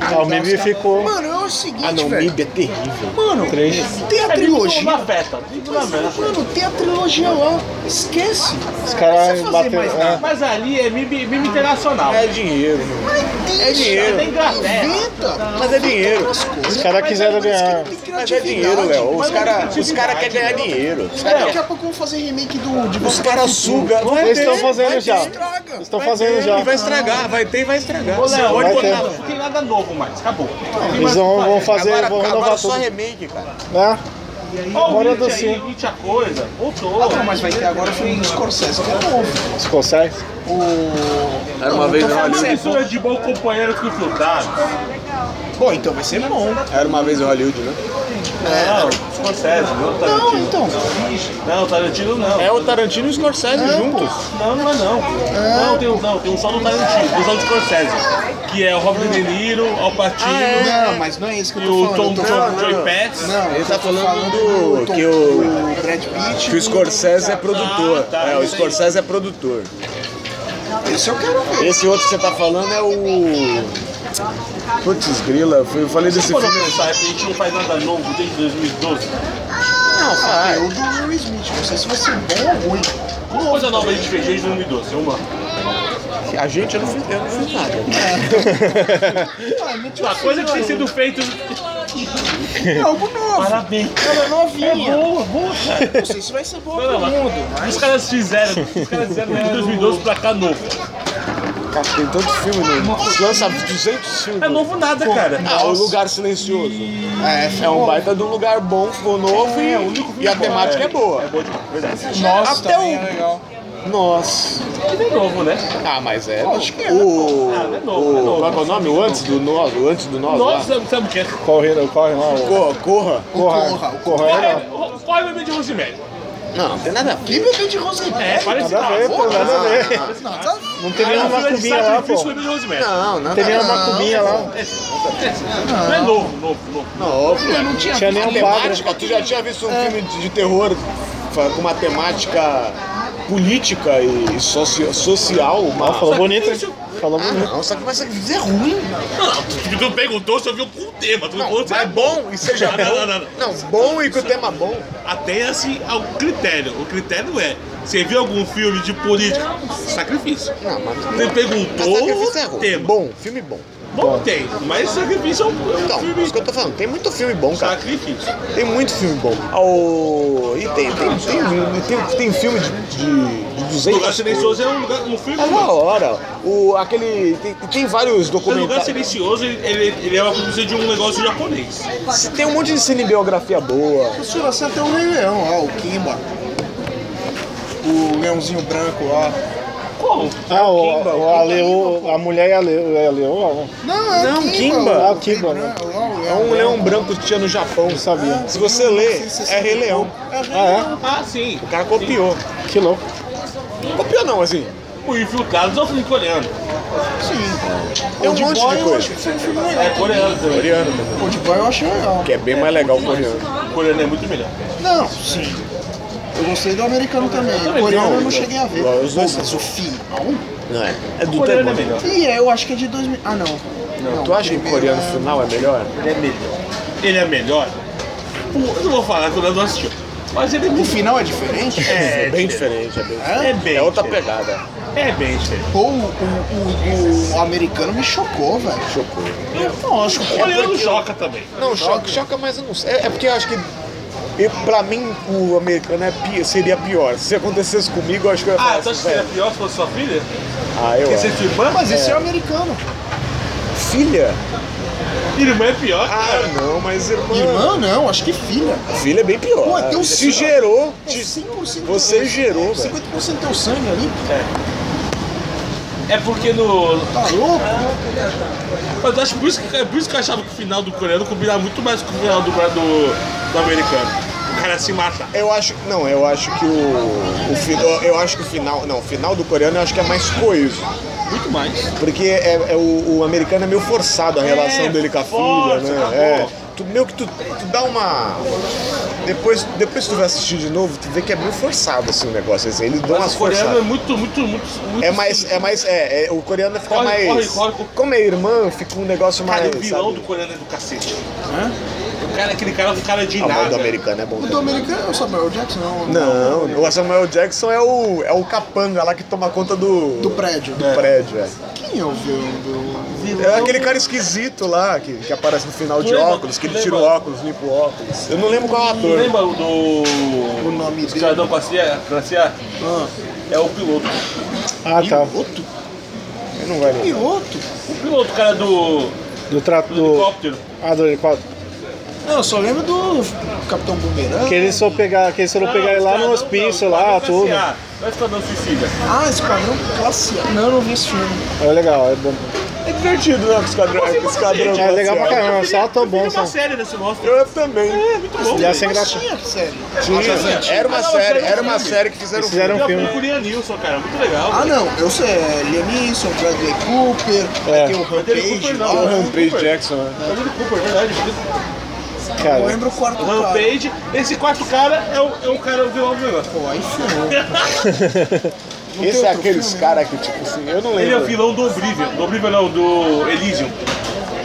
[SPEAKER 5] Ah, o Mimi ficou.
[SPEAKER 3] Mano, é o seguinte,
[SPEAKER 4] Ah, não,
[SPEAKER 3] velho.
[SPEAKER 4] MIB é terrível.
[SPEAKER 3] Mano, tem a
[SPEAKER 1] É bico
[SPEAKER 3] trilogia.
[SPEAKER 1] na festa. bico na festa.
[SPEAKER 3] Mano, tem a trilogia lá. Esquece.
[SPEAKER 5] Os caras
[SPEAKER 3] Não precisa fazer
[SPEAKER 5] bateram.
[SPEAKER 3] mais nada.
[SPEAKER 5] É.
[SPEAKER 1] Mas ali é MIB, MIB internacional.
[SPEAKER 4] É dinheiro, mano.
[SPEAKER 3] Mas deixa.
[SPEAKER 4] É dinheiro.
[SPEAKER 3] Inventa.
[SPEAKER 4] Mas é dinheiro.
[SPEAKER 3] As coisas.
[SPEAKER 5] Os caras
[SPEAKER 4] é
[SPEAKER 5] quiseram ganhar.
[SPEAKER 4] Mas é dinheiro, Léo. Os caras os cara querem ganhar dinheiro. Os caras
[SPEAKER 3] Daqui a pouco vão fazer remake do de Volta
[SPEAKER 4] cara
[SPEAKER 3] pro Futuro.
[SPEAKER 4] sugam. Vai
[SPEAKER 5] Eles
[SPEAKER 4] ter,
[SPEAKER 5] estão fazendo
[SPEAKER 4] vai
[SPEAKER 5] já.
[SPEAKER 4] ter.
[SPEAKER 3] Estraga.
[SPEAKER 5] Estão
[SPEAKER 4] Vai
[SPEAKER 5] fazendo
[SPEAKER 4] ter,
[SPEAKER 5] já.
[SPEAKER 4] E vai estragar. Vai ter e vai estragar.
[SPEAKER 1] Ô, Léo,
[SPEAKER 5] vai
[SPEAKER 1] pode
[SPEAKER 5] ter.
[SPEAKER 1] botar, não tem nada novo mais, acabou.
[SPEAKER 5] Eles vão, vão fazer,
[SPEAKER 4] Agora,
[SPEAKER 5] vão
[SPEAKER 4] agora
[SPEAKER 5] renovar
[SPEAKER 4] só
[SPEAKER 5] tudo.
[SPEAKER 4] remake, cara.
[SPEAKER 5] Né?
[SPEAKER 1] Olha
[SPEAKER 5] Agora
[SPEAKER 1] o
[SPEAKER 5] eu tô
[SPEAKER 1] Nietzsche aí,
[SPEAKER 5] sim.
[SPEAKER 1] Nietzsche a coisa, voltou.
[SPEAKER 3] Ah, não, mas vai ter agora foi em Scorsese, que é novo.
[SPEAKER 5] Escocese.
[SPEAKER 3] O...
[SPEAKER 7] Era uma vez em
[SPEAKER 1] Olha
[SPEAKER 4] é
[SPEAKER 7] Hollywood.
[SPEAKER 1] mistura de bom companheiro com infiltrado.
[SPEAKER 3] Bom, então vai ser bom.
[SPEAKER 7] Era uma vez em Hollywood, né?
[SPEAKER 1] Não, Scorsese, não
[SPEAKER 3] Não,
[SPEAKER 1] Tarantino.
[SPEAKER 3] então.
[SPEAKER 1] Não, Tarantino não.
[SPEAKER 4] É o Tarantino e o Scorsese juntos.
[SPEAKER 1] Não, não é não. Não, tem um, não, tem um só do Tarantino, tem um só do Scorsese. Que é o Robert De Niro, Al Pacino
[SPEAKER 3] Não, mas não Ah, é isso que eu
[SPEAKER 1] e
[SPEAKER 3] tô
[SPEAKER 1] o
[SPEAKER 3] falando.
[SPEAKER 1] Tom,
[SPEAKER 3] eu tô
[SPEAKER 1] Tom,
[SPEAKER 3] falando...
[SPEAKER 1] Joy Pets.
[SPEAKER 3] Não,
[SPEAKER 4] Ele
[SPEAKER 3] eu
[SPEAKER 4] tá
[SPEAKER 3] tô
[SPEAKER 4] falando do-
[SPEAKER 3] Tom-
[SPEAKER 4] que o-
[SPEAKER 3] do Brad Pitt.
[SPEAKER 7] Que o Scorsese é
[SPEAKER 1] Ah,
[SPEAKER 7] produtor.
[SPEAKER 1] tá.
[SPEAKER 7] É, o Scorsese é produtor.
[SPEAKER 3] Esse eu quero ver.
[SPEAKER 7] Esse outro que você tá falando é o. Putz, grila, eu fui- eu falei desse
[SPEAKER 1] Quando eu
[SPEAKER 7] filme.
[SPEAKER 1] pensar que a gente não faz nada novo desde 2012,
[SPEAKER 3] Não, ah, eu do Will Smith. Não sei se vai ser bom ou ruim.
[SPEAKER 1] uma coisa nova a gente fez desde 2012, é uma.
[SPEAKER 4] A gente, eu não fiz, eu não fiz nada.
[SPEAKER 3] Ah, me
[SPEAKER 1] Uma coisa que tem sido feita.
[SPEAKER 3] algo novo.
[SPEAKER 1] Parabéns. É
[SPEAKER 3] Cara, É novinha.
[SPEAKER 1] Boa, boa.
[SPEAKER 3] Não sei se vai ser bom
[SPEAKER 1] Não,
[SPEAKER 3] pro
[SPEAKER 1] não,
[SPEAKER 3] mundo.
[SPEAKER 1] Os caras fizeram, os caras fizeram de 2012 pra cá novo.
[SPEAKER 7] Cara, Tem tantos filmes, né? Lança 200 filmes.
[SPEAKER 1] É novo nada, cara.
[SPEAKER 4] Ah, né? o Lugar Silencioso. É, um baita de um lugar bom, ficou novo e, e a temática é, boa.
[SPEAKER 3] Nossa,
[SPEAKER 4] Até
[SPEAKER 3] também
[SPEAKER 4] o-
[SPEAKER 3] é legal.
[SPEAKER 4] Nossa.
[SPEAKER 1] Que de novo, né?
[SPEAKER 4] Ah, mas é.
[SPEAKER 3] Acho que é.
[SPEAKER 4] O.
[SPEAKER 1] Ah, é novo, é
[SPEAKER 4] o-
[SPEAKER 1] novo.
[SPEAKER 4] Qual que é o nome? O antes do nós, o antes do nós
[SPEAKER 1] Nossa,
[SPEAKER 4] lá.
[SPEAKER 1] sabe, sabe o que é?
[SPEAKER 5] Corre, corre lá.
[SPEAKER 4] Corra, corra.
[SPEAKER 5] Corre,
[SPEAKER 4] é?
[SPEAKER 5] corre.
[SPEAKER 1] Corre, corre bebê de Rosemary.
[SPEAKER 4] Não, não tem nada a ver.
[SPEAKER 3] Que bebê de Rosemary.
[SPEAKER 1] É, parece Ah,
[SPEAKER 5] Nada a ver, pô, nada a ver.
[SPEAKER 3] Não, tá...
[SPEAKER 5] Não teve nenhuma macubinha
[SPEAKER 4] né,
[SPEAKER 5] lá, pô.
[SPEAKER 1] bebê de Rosemary.
[SPEAKER 4] Não, é nada
[SPEAKER 5] Não teve
[SPEAKER 4] a ver.
[SPEAKER 5] nenhuma macubinha lá.
[SPEAKER 1] Não é novo, novo, novo.
[SPEAKER 4] Não, velho.
[SPEAKER 3] Não tinha
[SPEAKER 5] Tinha nem
[SPEAKER 4] A
[SPEAKER 5] um padre.
[SPEAKER 4] temática, tu já tinha visto um
[SPEAKER 5] É.
[SPEAKER 4] filme de, de terror fa- com uma temática política e, e soci- social?
[SPEAKER 5] Ah,
[SPEAKER 4] Uma...
[SPEAKER 5] falou bonito, hein? Falou bonito.
[SPEAKER 4] Não, só que vai ser é ruim.
[SPEAKER 1] Tu não perguntou se eu vi algum tema. Tu assim, "Ah, não, perguntou se
[SPEAKER 4] Mas
[SPEAKER 1] era
[SPEAKER 4] é bom e seja
[SPEAKER 1] Não, não,
[SPEAKER 4] bom.
[SPEAKER 1] não, não.
[SPEAKER 4] Não, bom e que o tema é bom.
[SPEAKER 1] Atenha-se ao critério. O critério é: você viu algum filme de político? Sacrifício.
[SPEAKER 4] Não, mas
[SPEAKER 1] Você perguntou.
[SPEAKER 4] sacrifício é ruim.
[SPEAKER 1] Tema. Bom,
[SPEAKER 4] Bom, filme bom.
[SPEAKER 1] tem, mas sacrifício é um, é um
[SPEAKER 4] Então,
[SPEAKER 1] filme.
[SPEAKER 4] isso que eu tô falando, tem muito filme bom, cara.
[SPEAKER 1] Sacrifício.
[SPEAKER 4] Tem muito filme bom. Oh, e tem, tem, tem, tem, tem filme de, de, de
[SPEAKER 1] O
[SPEAKER 4] 200
[SPEAKER 1] Lugar Silencioso é um, lugar, um filme.
[SPEAKER 4] É da hora. O, aquele, tem, tem vários
[SPEAKER 1] O Lugar
[SPEAKER 4] documentários.
[SPEAKER 1] Silencioso ele, ele- ele é uma produção de um negócio japonês.
[SPEAKER 4] Tem um monte de cinebiografia boa.
[SPEAKER 3] Professor, você até o Rei Leão, ó, o Kimba. O leãozinho branco lá.
[SPEAKER 1] Como?
[SPEAKER 5] Ah, o, o, a, Leo, a mulher e a Leo, é a Leoa, né?
[SPEAKER 3] Não, é
[SPEAKER 4] Não,
[SPEAKER 3] o
[SPEAKER 4] Kimba.
[SPEAKER 3] ó,
[SPEAKER 5] Ah, o
[SPEAKER 3] o rei
[SPEAKER 5] Kimba,
[SPEAKER 3] branco, ó, o
[SPEAKER 4] É um leão branco que tinha no Japão,
[SPEAKER 5] não sabia.
[SPEAKER 4] Se você lê, é Rei Leão.
[SPEAKER 5] Ah,
[SPEAKER 1] Ah, sim.
[SPEAKER 4] O cara copiou.
[SPEAKER 5] é? Que louco.
[SPEAKER 4] Não copiou não, assim.
[SPEAKER 1] O Infiltrados é um filme coreano.
[SPEAKER 4] Tem um monte de
[SPEAKER 3] Eu acho
[SPEAKER 4] coisa.
[SPEAKER 3] que foi um filme legal.
[SPEAKER 1] É coreano também.
[SPEAKER 4] Coreano,
[SPEAKER 3] O de boy eu achei legal.
[SPEAKER 4] que é bem mais legal o coreano.
[SPEAKER 1] Coreano é muito melhor.
[SPEAKER 3] Não, sim. Eu gostei do americano também. O coreano eu não cheguei a ver.
[SPEAKER 4] Não, os dois-
[SPEAKER 3] Pô, Mas o final?
[SPEAKER 4] Não é? É do
[SPEAKER 1] Coreano é
[SPEAKER 4] tempo.
[SPEAKER 1] melhor.
[SPEAKER 3] E é, eu acho que é de 2000. Ah, não. Não,
[SPEAKER 4] Tu acha que o
[SPEAKER 3] primeiro
[SPEAKER 4] coreano
[SPEAKER 3] é-
[SPEAKER 4] final é melhor?
[SPEAKER 1] Ele é melhor. Ele é melhor? Pô, eu não vou falar que eu não assisti. Mas ele é
[SPEAKER 3] O
[SPEAKER 1] muito
[SPEAKER 3] final é diferente?
[SPEAKER 1] É,
[SPEAKER 4] Bem diferente, é bem
[SPEAKER 1] É bem.
[SPEAKER 4] É outra
[SPEAKER 1] diferente.
[SPEAKER 4] pegada.
[SPEAKER 1] É bem diferente.
[SPEAKER 3] Pô, o, o- o- o americano me chocou, velho.
[SPEAKER 4] Chocou.
[SPEAKER 3] Não, acho que
[SPEAKER 1] O
[SPEAKER 3] o
[SPEAKER 1] coreano joga também.
[SPEAKER 4] Não, choca, choca, mas eu não sei. É, é porque eu acho que. Eu, pra mim, o americano é pi- seria pior. Se acontecesse comigo, eu acho que eu ia falar
[SPEAKER 1] Ah, você
[SPEAKER 4] assim,
[SPEAKER 1] acha que seria
[SPEAKER 4] velho,
[SPEAKER 1] pior se fosse sua filha?
[SPEAKER 4] Ah, eu
[SPEAKER 1] Porque você
[SPEAKER 4] acho.
[SPEAKER 1] é irmã?
[SPEAKER 3] Mas esse é americano.
[SPEAKER 4] é Filha?
[SPEAKER 1] Irmã é pior.
[SPEAKER 4] Ah, não, mas irmã.
[SPEAKER 3] Irmã, não, acho que filha.
[SPEAKER 4] Filha é bem pior.
[SPEAKER 3] Pô, tem um
[SPEAKER 4] Se
[SPEAKER 3] filho.
[SPEAKER 4] gerou.
[SPEAKER 3] É 100%
[SPEAKER 4] Você gerou, velho.
[SPEAKER 3] 50% do teu sangue ali.
[SPEAKER 1] É porque no.
[SPEAKER 3] Tá louco?
[SPEAKER 1] Mas eu acho que por isso que, é por isso que eu achava que o final do coreano combinava muito mais com o final do, do, do americano. O cara se mata.
[SPEAKER 4] Eu acho. Não, eu acho que o. o fi- eu- eu acho que o final. Não, o final do coreano eu acho que é mais coeso.
[SPEAKER 1] Muito mais.
[SPEAKER 4] Porque é, é o, o americano é meio forçado a relação dele com a
[SPEAKER 1] força,
[SPEAKER 4] filha,
[SPEAKER 1] acabou.
[SPEAKER 4] né? É. Tu, meio que tu, tu dá uma. Depois, depois que tu vai assistir de novo, tu vê que é meio forçado assim o negócio. Assim, eles dão
[SPEAKER 1] Mas
[SPEAKER 4] umas
[SPEAKER 1] o coreano é
[SPEAKER 4] forçadas.
[SPEAKER 1] muito, muito, muito. muito assim.
[SPEAKER 4] É mais, é mais, é, é, o coreano fica
[SPEAKER 1] Corre,
[SPEAKER 4] mais.
[SPEAKER 1] corre, corre.
[SPEAKER 4] Como é irmã, fica um negócio
[SPEAKER 1] Cara,
[SPEAKER 4] mais.
[SPEAKER 1] o vilão
[SPEAKER 4] sabe?
[SPEAKER 1] do coreano é do cacete. O cara, aquele cara é um cara de
[SPEAKER 4] Ah, mas o do
[SPEAKER 1] nada.
[SPEAKER 4] americano é bom.
[SPEAKER 3] O
[SPEAKER 4] também.
[SPEAKER 3] do americano é o Samuel Jackson, não.
[SPEAKER 4] Não, o Samuel Jackson é o, é o capanga lá que toma conta do,
[SPEAKER 3] Do prédio.
[SPEAKER 4] do prédio, é.
[SPEAKER 3] Que quem é o vilão do vilão?
[SPEAKER 7] É aquele cara esquisito lá que, que aparece no final de
[SPEAKER 1] Lembra?
[SPEAKER 7] óculos, que ele tira o
[SPEAKER 1] Lembra?
[SPEAKER 7] óculos, limpa o óculos.
[SPEAKER 4] Eu não lembro qual é o ator.
[SPEAKER 1] Lembra o do.
[SPEAKER 3] O nome dele.
[SPEAKER 1] Cidadão Classia? Classia? É o piloto.
[SPEAKER 5] Ah, tá.
[SPEAKER 3] Piloto?
[SPEAKER 4] Ele não vai
[SPEAKER 3] é
[SPEAKER 4] lembrar.
[SPEAKER 3] Piloto?
[SPEAKER 1] O piloto, cara do,
[SPEAKER 5] Do trato
[SPEAKER 1] do
[SPEAKER 5] do.
[SPEAKER 1] helicóptero.
[SPEAKER 5] Ah, do helicóptero.
[SPEAKER 3] Não, eu só lembro do Capitão Boomerang.
[SPEAKER 5] Que eles foram pegar, que eles foram pegar ele lá no
[SPEAKER 1] Cidadão-
[SPEAKER 5] hospício,
[SPEAKER 1] não,
[SPEAKER 5] lá,
[SPEAKER 1] Cidadão
[SPEAKER 5] tudo.
[SPEAKER 1] Classe A. Não é Esquadrão Suicida.
[SPEAKER 3] Ah, Esquadrão Classe A. Não, eu não vi esse filme.
[SPEAKER 5] É legal, é bom.
[SPEAKER 7] É divertido, né? Com esquadrão, com esquadrão
[SPEAKER 5] É legal pra
[SPEAKER 7] glacial.
[SPEAKER 5] caramba, só tô
[SPEAKER 1] Tem
[SPEAKER 5] bom, só.
[SPEAKER 1] uma série desse monstro.
[SPEAKER 7] Eu também.
[SPEAKER 1] Muito bom.
[SPEAKER 5] E assim é
[SPEAKER 3] Mas
[SPEAKER 5] engraçado.
[SPEAKER 3] tinha, sério.
[SPEAKER 4] Tinha, Era uma série, era uma série que fizeram
[SPEAKER 5] Eles fizeram um
[SPEAKER 1] Eu vi
[SPEAKER 5] filme.
[SPEAKER 1] o Curian Nilson, cara. Muito legal.
[SPEAKER 3] Ah, não, eu sei. É Liam Neeson, Bradley Cooper,
[SPEAKER 5] É.
[SPEAKER 3] tem o
[SPEAKER 1] Bradley
[SPEAKER 3] Rampage.
[SPEAKER 1] Cooper
[SPEAKER 3] lá.
[SPEAKER 1] não.
[SPEAKER 7] O Rampage Jackson, né?
[SPEAKER 1] É o Billy Cooper, verdade.
[SPEAKER 3] Eu
[SPEAKER 5] Cara,
[SPEAKER 3] lembro o quarto cara.
[SPEAKER 1] Rampage. Esse quarto cara é o, é o cara do vilão do negócio.
[SPEAKER 3] Pô, aí ferrou.
[SPEAKER 4] Esse é aqueles
[SPEAKER 7] né?
[SPEAKER 4] caras que, tipo assim, eu não
[SPEAKER 1] Ele é o
[SPEAKER 4] lembro.
[SPEAKER 1] vilão do Oblivion. Do Oblivion não, do Elysium.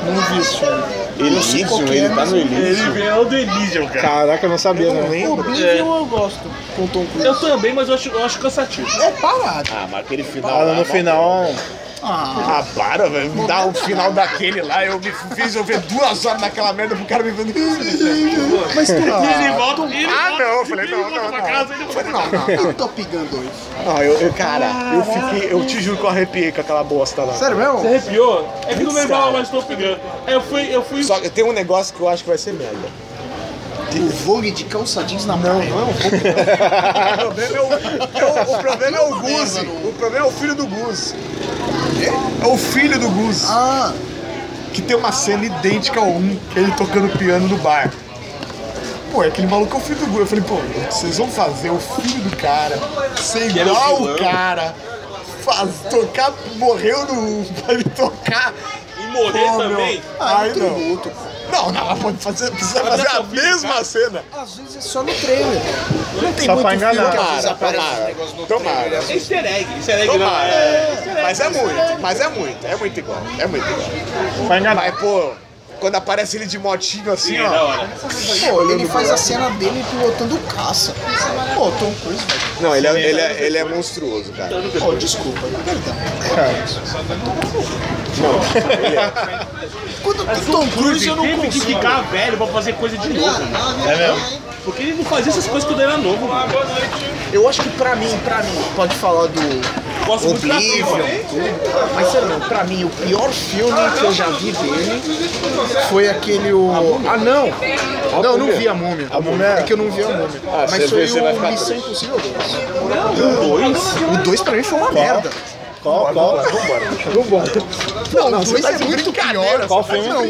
[SPEAKER 3] Não vi esse filme.
[SPEAKER 7] Elísio,
[SPEAKER 3] é,
[SPEAKER 7] ele tá no
[SPEAKER 1] Ele
[SPEAKER 7] Elísio.
[SPEAKER 1] é o vilão do Elysium, cara.
[SPEAKER 5] caraca, eu não sabia,
[SPEAKER 3] Não
[SPEAKER 5] né?
[SPEAKER 3] lembro.
[SPEAKER 1] É.
[SPEAKER 3] Oblivion É. eu gosto. Com Tom Cruise.
[SPEAKER 1] Eu também, mas eu acho, eu acho cansativo.
[SPEAKER 3] É parado.
[SPEAKER 4] Ah, mas aquele final.
[SPEAKER 5] Ah,
[SPEAKER 4] lá,
[SPEAKER 5] no
[SPEAKER 4] mal-
[SPEAKER 5] final.
[SPEAKER 3] Ah,
[SPEAKER 4] Ah, para, velho. Me dá o final daquele lá. Eu me
[SPEAKER 7] Fiz eu ver duas horas naquela merda pro cara me vendo.
[SPEAKER 3] mas tu
[SPEAKER 1] Ele volta, ele
[SPEAKER 7] Ah,
[SPEAKER 1] volta,
[SPEAKER 7] não, eu falei,
[SPEAKER 1] ele
[SPEAKER 7] não,
[SPEAKER 1] volta
[SPEAKER 7] não,
[SPEAKER 1] um pra
[SPEAKER 7] não.
[SPEAKER 1] casa, ele volta pra casa.
[SPEAKER 3] não, não. Top Gun 2.
[SPEAKER 7] Não, eu, eu- cara, eu fiquei, eu te juro que eu arrepiei com aquela bosta lá.
[SPEAKER 3] Sério
[SPEAKER 1] Você
[SPEAKER 3] mesmo?
[SPEAKER 1] arrepiou? É que não lembrava mais Top Gun. Aí Eu fui, eu fui...
[SPEAKER 7] Só que tem um negócio que eu acho que vai ser merda.
[SPEAKER 3] O Vogue de calça jeans na praia. Não,
[SPEAKER 7] O
[SPEAKER 3] não.
[SPEAKER 7] problema é o, é o- o problema é o Guzi. O problema é o filho do Guzi. É o filho do Guzi.
[SPEAKER 3] Ah,
[SPEAKER 7] Que tem uma cena idêntica ao um, que é ele tocando piano no bar. Pô, é aquele maluco é o filho do Guzi. Eu falei, pô, vocês vão fazer o filho do cara ser
[SPEAKER 1] era é o
[SPEAKER 7] igual o
[SPEAKER 1] vilão.
[SPEAKER 7] cara. Faz, tocar, morreu no. Vai me tocar.
[SPEAKER 1] E morrer
[SPEAKER 7] Pô,
[SPEAKER 1] também.
[SPEAKER 7] meu,
[SPEAKER 3] ah,
[SPEAKER 7] Ai,
[SPEAKER 3] é um
[SPEAKER 7] não.
[SPEAKER 3] tributo. pô.
[SPEAKER 7] Não, não, ela pode fazer, precisa
[SPEAKER 1] é
[SPEAKER 7] fazer a mesma cena.
[SPEAKER 3] Às vezes é só no trailer. Não tem
[SPEAKER 5] Só
[SPEAKER 3] muito
[SPEAKER 5] pra
[SPEAKER 3] filme
[SPEAKER 5] enganar.
[SPEAKER 3] que às vezes
[SPEAKER 4] Tomara,
[SPEAKER 3] aparece
[SPEAKER 4] tomara,
[SPEAKER 3] um negócio no
[SPEAKER 4] tomara.
[SPEAKER 3] trailer.
[SPEAKER 1] É easter egg. Easter egg não
[SPEAKER 3] né?
[SPEAKER 4] Tomara.
[SPEAKER 1] é... easter egg.
[SPEAKER 4] Mas é muito, mas é muito, é muito igual, é muito igual.
[SPEAKER 5] Vai enganar.
[SPEAKER 4] Mas, pô, quando aparece ele de motinho
[SPEAKER 7] Ah.
[SPEAKER 4] assim,
[SPEAKER 1] É da
[SPEAKER 4] ó.
[SPEAKER 1] hora.
[SPEAKER 3] Pô, ele faz a cena dele pilotando o caça. Pô, Tom Cruise, velho.
[SPEAKER 4] Não, ele é, ele é, ele é monstruoso, cara.
[SPEAKER 3] Pô, desculpa, perdão. Quando o Tom Cruise eu não
[SPEAKER 1] teve que
[SPEAKER 3] consigo.
[SPEAKER 1] ficar velho pra fazer coisa de novo. É mesmo? Porque ele não fazia essas coisas quando era novo, mano.
[SPEAKER 3] Eu acho que pra mim, pra mim, pode falar do
[SPEAKER 1] Gosto muito da
[SPEAKER 3] Oblivion,
[SPEAKER 1] FIFA.
[SPEAKER 3] tudo. Mas sério, mesmo, pra mim, o pior filme que eu já vi dele foi aquele o. Ah, não! Não, eu não vi a múmia. A múmia? É que eu não vi a múmia.
[SPEAKER 4] Ah,
[SPEAKER 3] Mas foi o Missão Impossível 2. O 2 pra mim foi uma merda.
[SPEAKER 5] Qual, qual?
[SPEAKER 3] Não, o 2 é muito pior.
[SPEAKER 5] Qual filme?
[SPEAKER 3] Não,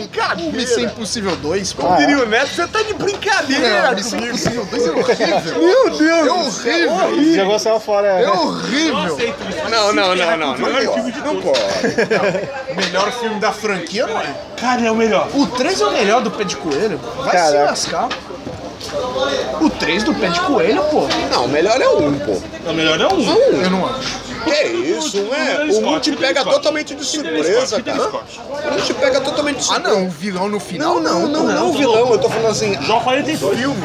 [SPEAKER 3] o Missão é Impossível 2, pô.
[SPEAKER 7] Diria o Neto, você tá de brincadeira.
[SPEAKER 3] Não, Missão Impossível 2 é horrível. Meu Deus! É horrível!
[SPEAKER 5] Jogou saiu fora.
[SPEAKER 3] É
[SPEAKER 5] É.
[SPEAKER 3] horrível!
[SPEAKER 4] Não, não, não, não, não.
[SPEAKER 1] Melhor filme de
[SPEAKER 4] Não
[SPEAKER 1] todos.
[SPEAKER 4] pode.
[SPEAKER 3] Melhor filme da franquia, não é?
[SPEAKER 1] Cara, é o melhor.
[SPEAKER 3] O 3 é o melhor do pé de coelho. Vai
[SPEAKER 5] Caraca.
[SPEAKER 3] se lascar. O 3 do pé de coelho, pô.
[SPEAKER 4] Não, o melhor é o um, pô.
[SPEAKER 1] O melhor é um.
[SPEAKER 3] Eu não acho.
[SPEAKER 4] Que isso, né? O um te pega totalmente de surpresa, cara. O um te pega totalmente de
[SPEAKER 3] Ah,
[SPEAKER 4] surpresa.
[SPEAKER 3] não. O vilão no final.
[SPEAKER 4] Não, não, não, não, vilão. Eu tô falando assim,
[SPEAKER 1] Jó 42.
[SPEAKER 4] filme.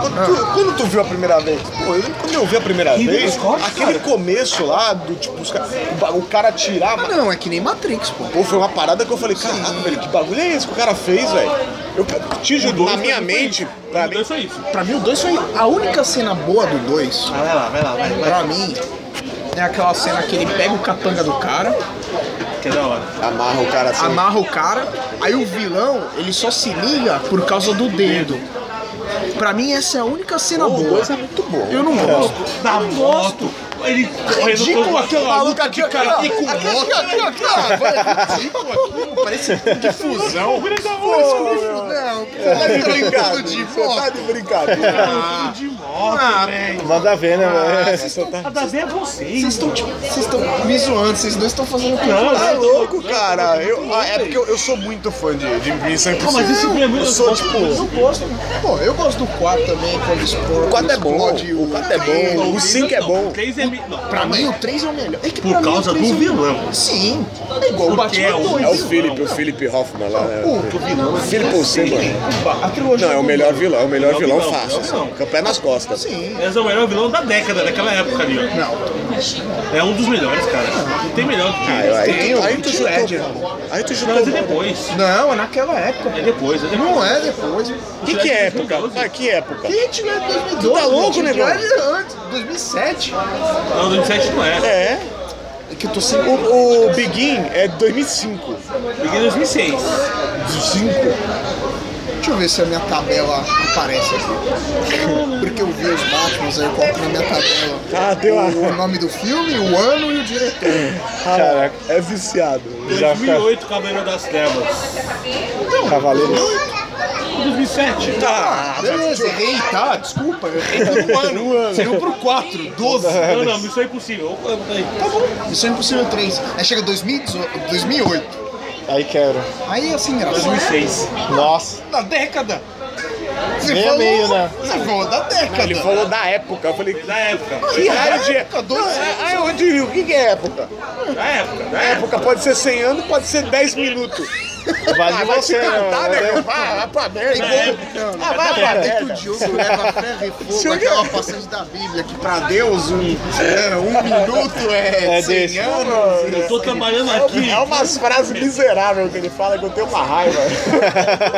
[SPEAKER 4] Quando
[SPEAKER 3] Ah.
[SPEAKER 4] tu, quando tu viu a primeira vez? Pô, eu lembro quando eu vi a primeira vez, aquele começo lá do tipo, os ca- o ba- o cara tirar.
[SPEAKER 3] Ah, não. É que nem Matrix, pô.
[SPEAKER 4] Pô, foi uma parada que eu falei, caraca, velho, que bagulho é esse que o cara fez, velho? Eu pe- te juro, na minha mente, pra mim,
[SPEAKER 1] Não foi é isso.
[SPEAKER 3] Pra mim, o 2 foi a única cena boa do 2. Vai lá, vai lá, vai. Pra mim, é aquela cena que ele pega o capanga do cara,
[SPEAKER 1] Que é da hora.
[SPEAKER 4] amarra o cara assim.
[SPEAKER 3] amarra o cara, aí o vilão, ele só se liga por causa do dedo. Pra mim, essa é a única cena
[SPEAKER 4] O
[SPEAKER 3] boa.
[SPEAKER 4] dois é muito bom.
[SPEAKER 3] Eu não gosto.
[SPEAKER 1] Da moto. Ele
[SPEAKER 3] Ridículo
[SPEAKER 1] correndo
[SPEAKER 3] aquele maluco aqui, cara. Aqui com moto. é Parece um de fusão. Não,
[SPEAKER 4] Obrigado, você tá de brincadeira.
[SPEAKER 1] de moto.
[SPEAKER 5] Manda ver, né, velho?
[SPEAKER 1] A da Zé é você.
[SPEAKER 3] Vocês estão tipo, vocês estão me zoando, vocês dois estão fazendo
[SPEAKER 1] Não,
[SPEAKER 4] Tá
[SPEAKER 1] não.
[SPEAKER 4] louco, cara. Eu, ah, é porque eu, eu sou muito fã de, de Missão
[SPEAKER 1] Pô, mas
[SPEAKER 4] Impossível.
[SPEAKER 1] esse filme é muito
[SPEAKER 4] Eu sou, tipo,
[SPEAKER 3] Pô, eu gosto do 4 também, quando explode.
[SPEAKER 4] é o 4 é bom, o 4 é bom, o 5 é bom.
[SPEAKER 1] O 3 é filme- não, pra
[SPEAKER 3] pra
[SPEAKER 1] mim-
[SPEAKER 3] mim o 3 é o melhor. É que
[SPEAKER 1] Por
[SPEAKER 3] pra mim o
[SPEAKER 1] causa
[SPEAKER 3] três
[SPEAKER 1] do
[SPEAKER 3] é o-
[SPEAKER 1] vilão.
[SPEAKER 3] Sim. É igual
[SPEAKER 1] Porque
[SPEAKER 3] o Batman
[SPEAKER 1] é o-
[SPEAKER 4] É o
[SPEAKER 3] 2. viu?
[SPEAKER 4] Felipe, o Felipe Hoffman lá, né?
[SPEAKER 3] Puta,
[SPEAKER 1] o vilão.
[SPEAKER 4] Felipe Seymour.
[SPEAKER 3] é A trilogia
[SPEAKER 4] Não, é o
[SPEAKER 3] do-
[SPEAKER 4] melhor vilão, é o melhor
[SPEAKER 1] Não,
[SPEAKER 4] vilão
[SPEAKER 1] não,
[SPEAKER 4] fácil.
[SPEAKER 1] não, não.
[SPEAKER 4] assim, Com o pé nas costas.
[SPEAKER 3] Sim.
[SPEAKER 1] Esse é o melhor vilão da década, daquela época ali, ó.
[SPEAKER 3] Não,
[SPEAKER 1] É um dos melhores, cara. Não tem melhor do que
[SPEAKER 3] Ah,
[SPEAKER 4] Aí,
[SPEAKER 1] ele.
[SPEAKER 4] aí, tu- aí tu
[SPEAKER 3] Heath
[SPEAKER 4] chutou.
[SPEAKER 3] Ledger.
[SPEAKER 4] Aí tu
[SPEAKER 1] Não,
[SPEAKER 4] chutou.
[SPEAKER 1] mas é depois.
[SPEAKER 3] não, é naquela época.
[SPEAKER 1] É depois, é depois.
[SPEAKER 3] Não é depois.
[SPEAKER 4] Que que é época? Ah, que época?
[SPEAKER 3] Que Heath Ledger 2012?
[SPEAKER 4] Tu tá louco,
[SPEAKER 3] gente?
[SPEAKER 4] negão?
[SPEAKER 3] Heath Ledger antes, 2007.
[SPEAKER 1] Não, 2007 não é.
[SPEAKER 4] É.
[SPEAKER 3] É que eu tô sem...
[SPEAKER 4] O, o Begin é de 2005.
[SPEAKER 1] Peguei em 2006.
[SPEAKER 4] 5?
[SPEAKER 3] Deixa eu ver se a minha tabela aparece aqui. *laughs* Porque eu vi os Batmans, aí eu coloco na minha tabela
[SPEAKER 4] Ah, deu a.
[SPEAKER 3] o nome do filme, o ano e o diretor.
[SPEAKER 5] Caraca.
[SPEAKER 4] É viciado.
[SPEAKER 5] Já
[SPEAKER 4] um.
[SPEAKER 1] 2008, Cavaleiro das Trevas.
[SPEAKER 5] Cavaleiro.
[SPEAKER 1] 2007.
[SPEAKER 3] Ah, beleza, errei, tá? Desculpa, eu errei pelo ano. Você viu pro 4, 12.
[SPEAKER 1] Não, não, isso é impossível. Eu- eu- eu-
[SPEAKER 3] Tá bom, Missão Impossível 3. Aí chega 2018, 2008.
[SPEAKER 5] Aí quero.
[SPEAKER 3] Aí assim, engraçado.
[SPEAKER 1] 2006.
[SPEAKER 5] Nossa.
[SPEAKER 3] Da década. Você
[SPEAKER 5] Meio a meio, né?
[SPEAKER 3] Você falou da década.
[SPEAKER 4] Ele falou da época. Eu falei, "Ah,
[SPEAKER 1] Da época.
[SPEAKER 4] que raio de.
[SPEAKER 3] época, dois anos.
[SPEAKER 4] Aí eu digo, o que que é época?
[SPEAKER 1] Da época, da época.
[SPEAKER 4] Época pode ser 100 anos, pode ser 10 minutos.
[SPEAKER 5] Vai de
[SPEAKER 4] Ah, vai se
[SPEAKER 5] você,
[SPEAKER 4] cantar,
[SPEAKER 5] né?
[SPEAKER 4] né? Vai, vai pra merda.
[SPEAKER 3] Não,
[SPEAKER 4] Ah, vai pra
[SPEAKER 3] Até que o
[SPEAKER 4] merda.
[SPEAKER 3] Diogo leva ferro e
[SPEAKER 4] Senhor-
[SPEAKER 3] fogo, aquela passagem da Bíblia que pra Deus um, é, um minuto é,
[SPEAKER 5] É
[SPEAKER 3] 100
[SPEAKER 5] desse.
[SPEAKER 3] anos.
[SPEAKER 1] Eu tô trabalhando aqui.
[SPEAKER 4] É umas frases miseráveis que ele fala que eu tenho uma *laughs* raiva.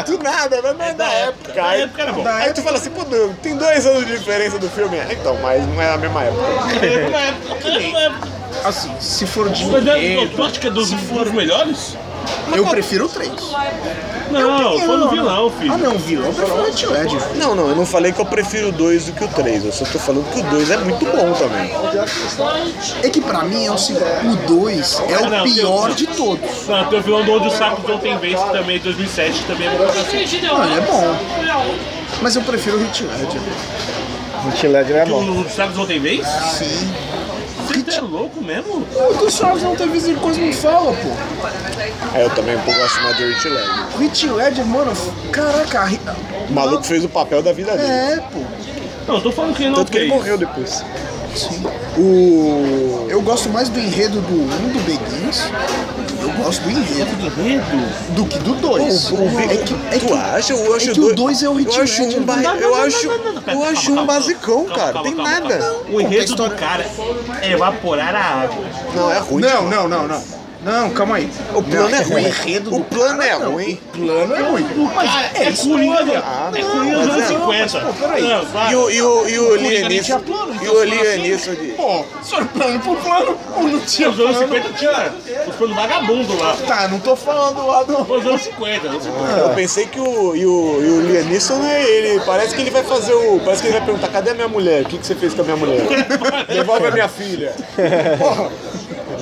[SPEAKER 4] Do nada, mas não é da época.
[SPEAKER 1] Da
[SPEAKER 4] Aí,
[SPEAKER 1] época era bom.
[SPEAKER 4] aí tu fala assim, pô, Deus, tem dois anos de diferença do filme. Ah, Então, mas não é a mesma época.
[SPEAKER 1] Da época, da época, da época.
[SPEAKER 3] Assim, se for de
[SPEAKER 1] Mas é-
[SPEAKER 3] dinheiro,
[SPEAKER 1] eu acho que é dos, dos melhores?
[SPEAKER 3] eu prefiro o 3.
[SPEAKER 1] Não, foi no vilão,
[SPEAKER 3] Ah,
[SPEAKER 1] filho.
[SPEAKER 3] não, vilão, eu prefiro o Heath Ledger.
[SPEAKER 4] Não, não, eu não falei que eu prefiro o 2 do que o 3. Eu só tô falando que o 2 é muito bom também.
[SPEAKER 3] É que pra mim é o seguinte, o 2 é
[SPEAKER 1] Ah,
[SPEAKER 3] o
[SPEAKER 1] não,
[SPEAKER 3] pior de todos.
[SPEAKER 1] Não, tem o vilão do Onde o Saco John Tem Vez, que também é 2007, que também é muito assim.
[SPEAKER 3] Não, ele é bom. Mas eu prefiro o Heath Ledger.
[SPEAKER 5] Heath Ledger é bom.
[SPEAKER 1] O Saco John Tem Vez?
[SPEAKER 3] Sim.
[SPEAKER 1] Você tá louco mesmo?
[SPEAKER 3] O do Charles não teve visto coisa não fala, pô.
[SPEAKER 4] Aí eu também um pouco acima do Rich Ledger.
[SPEAKER 3] O Heath Ledger, mano, caraca. a ri-
[SPEAKER 4] O maluco fez o papel da vida dele.
[SPEAKER 3] É, pô.
[SPEAKER 1] Não, eu tô falando que ele não
[SPEAKER 4] Tanto que ele
[SPEAKER 1] fez.
[SPEAKER 4] morreu depois.
[SPEAKER 3] O... Eu gosto mais do enredo do 1 um, do Begins. Eu gosto do enredo.
[SPEAKER 1] Enredo?
[SPEAKER 3] Do que do 2. É que, é
[SPEAKER 4] tu
[SPEAKER 3] que-
[SPEAKER 4] acha? Eu acho
[SPEAKER 3] é que o
[SPEAKER 4] dois-
[SPEAKER 3] 2 é o né? Heath
[SPEAKER 4] Eu acho
[SPEAKER 3] Ledger.
[SPEAKER 4] um, ba...
[SPEAKER 1] Não, não,
[SPEAKER 4] eu
[SPEAKER 1] não,
[SPEAKER 4] acho...
[SPEAKER 1] não, não, não, pera,
[SPEAKER 4] eu
[SPEAKER 1] calma,
[SPEAKER 4] acho um
[SPEAKER 1] calma,
[SPEAKER 4] basicão,
[SPEAKER 1] calma,
[SPEAKER 4] cara.
[SPEAKER 1] calma,
[SPEAKER 4] Tem
[SPEAKER 1] calma,
[SPEAKER 4] nada.
[SPEAKER 1] calma. O enredo do
[SPEAKER 3] história-
[SPEAKER 1] cara é evaporar a água.
[SPEAKER 4] Não, é ruim.
[SPEAKER 3] Não, não, não, não. Não, calma aí.
[SPEAKER 4] O plano é ruim.
[SPEAKER 3] O enredo do
[SPEAKER 4] o plano é
[SPEAKER 3] cara, não.
[SPEAKER 4] ruim.
[SPEAKER 3] O plano é ruim.
[SPEAKER 1] Mas é Coringa. É Coringa dos anos 50. Não, vai.
[SPEAKER 4] E o, e o, e o
[SPEAKER 1] Coringa nem tinha
[SPEAKER 4] alienígena.
[SPEAKER 1] plano, então se
[SPEAKER 4] E o
[SPEAKER 1] for assim-
[SPEAKER 4] alienígena de.
[SPEAKER 3] Pô, senhor plano por plano, ou não tinha
[SPEAKER 1] Os anos 50 tinha os planos vagabundo lá.
[SPEAKER 3] Tá, não tô falando lá do.
[SPEAKER 1] Os anos 50. anos 50.
[SPEAKER 4] Eu pensei que o, e o, e o Lianisson, né, ele parece que ele vai fazer o. Parece que ele vai perguntar, cadê a minha mulher? O que, que você fez com a minha
[SPEAKER 1] *laughs*
[SPEAKER 4] mulher? Devolve a minha filha. Porra,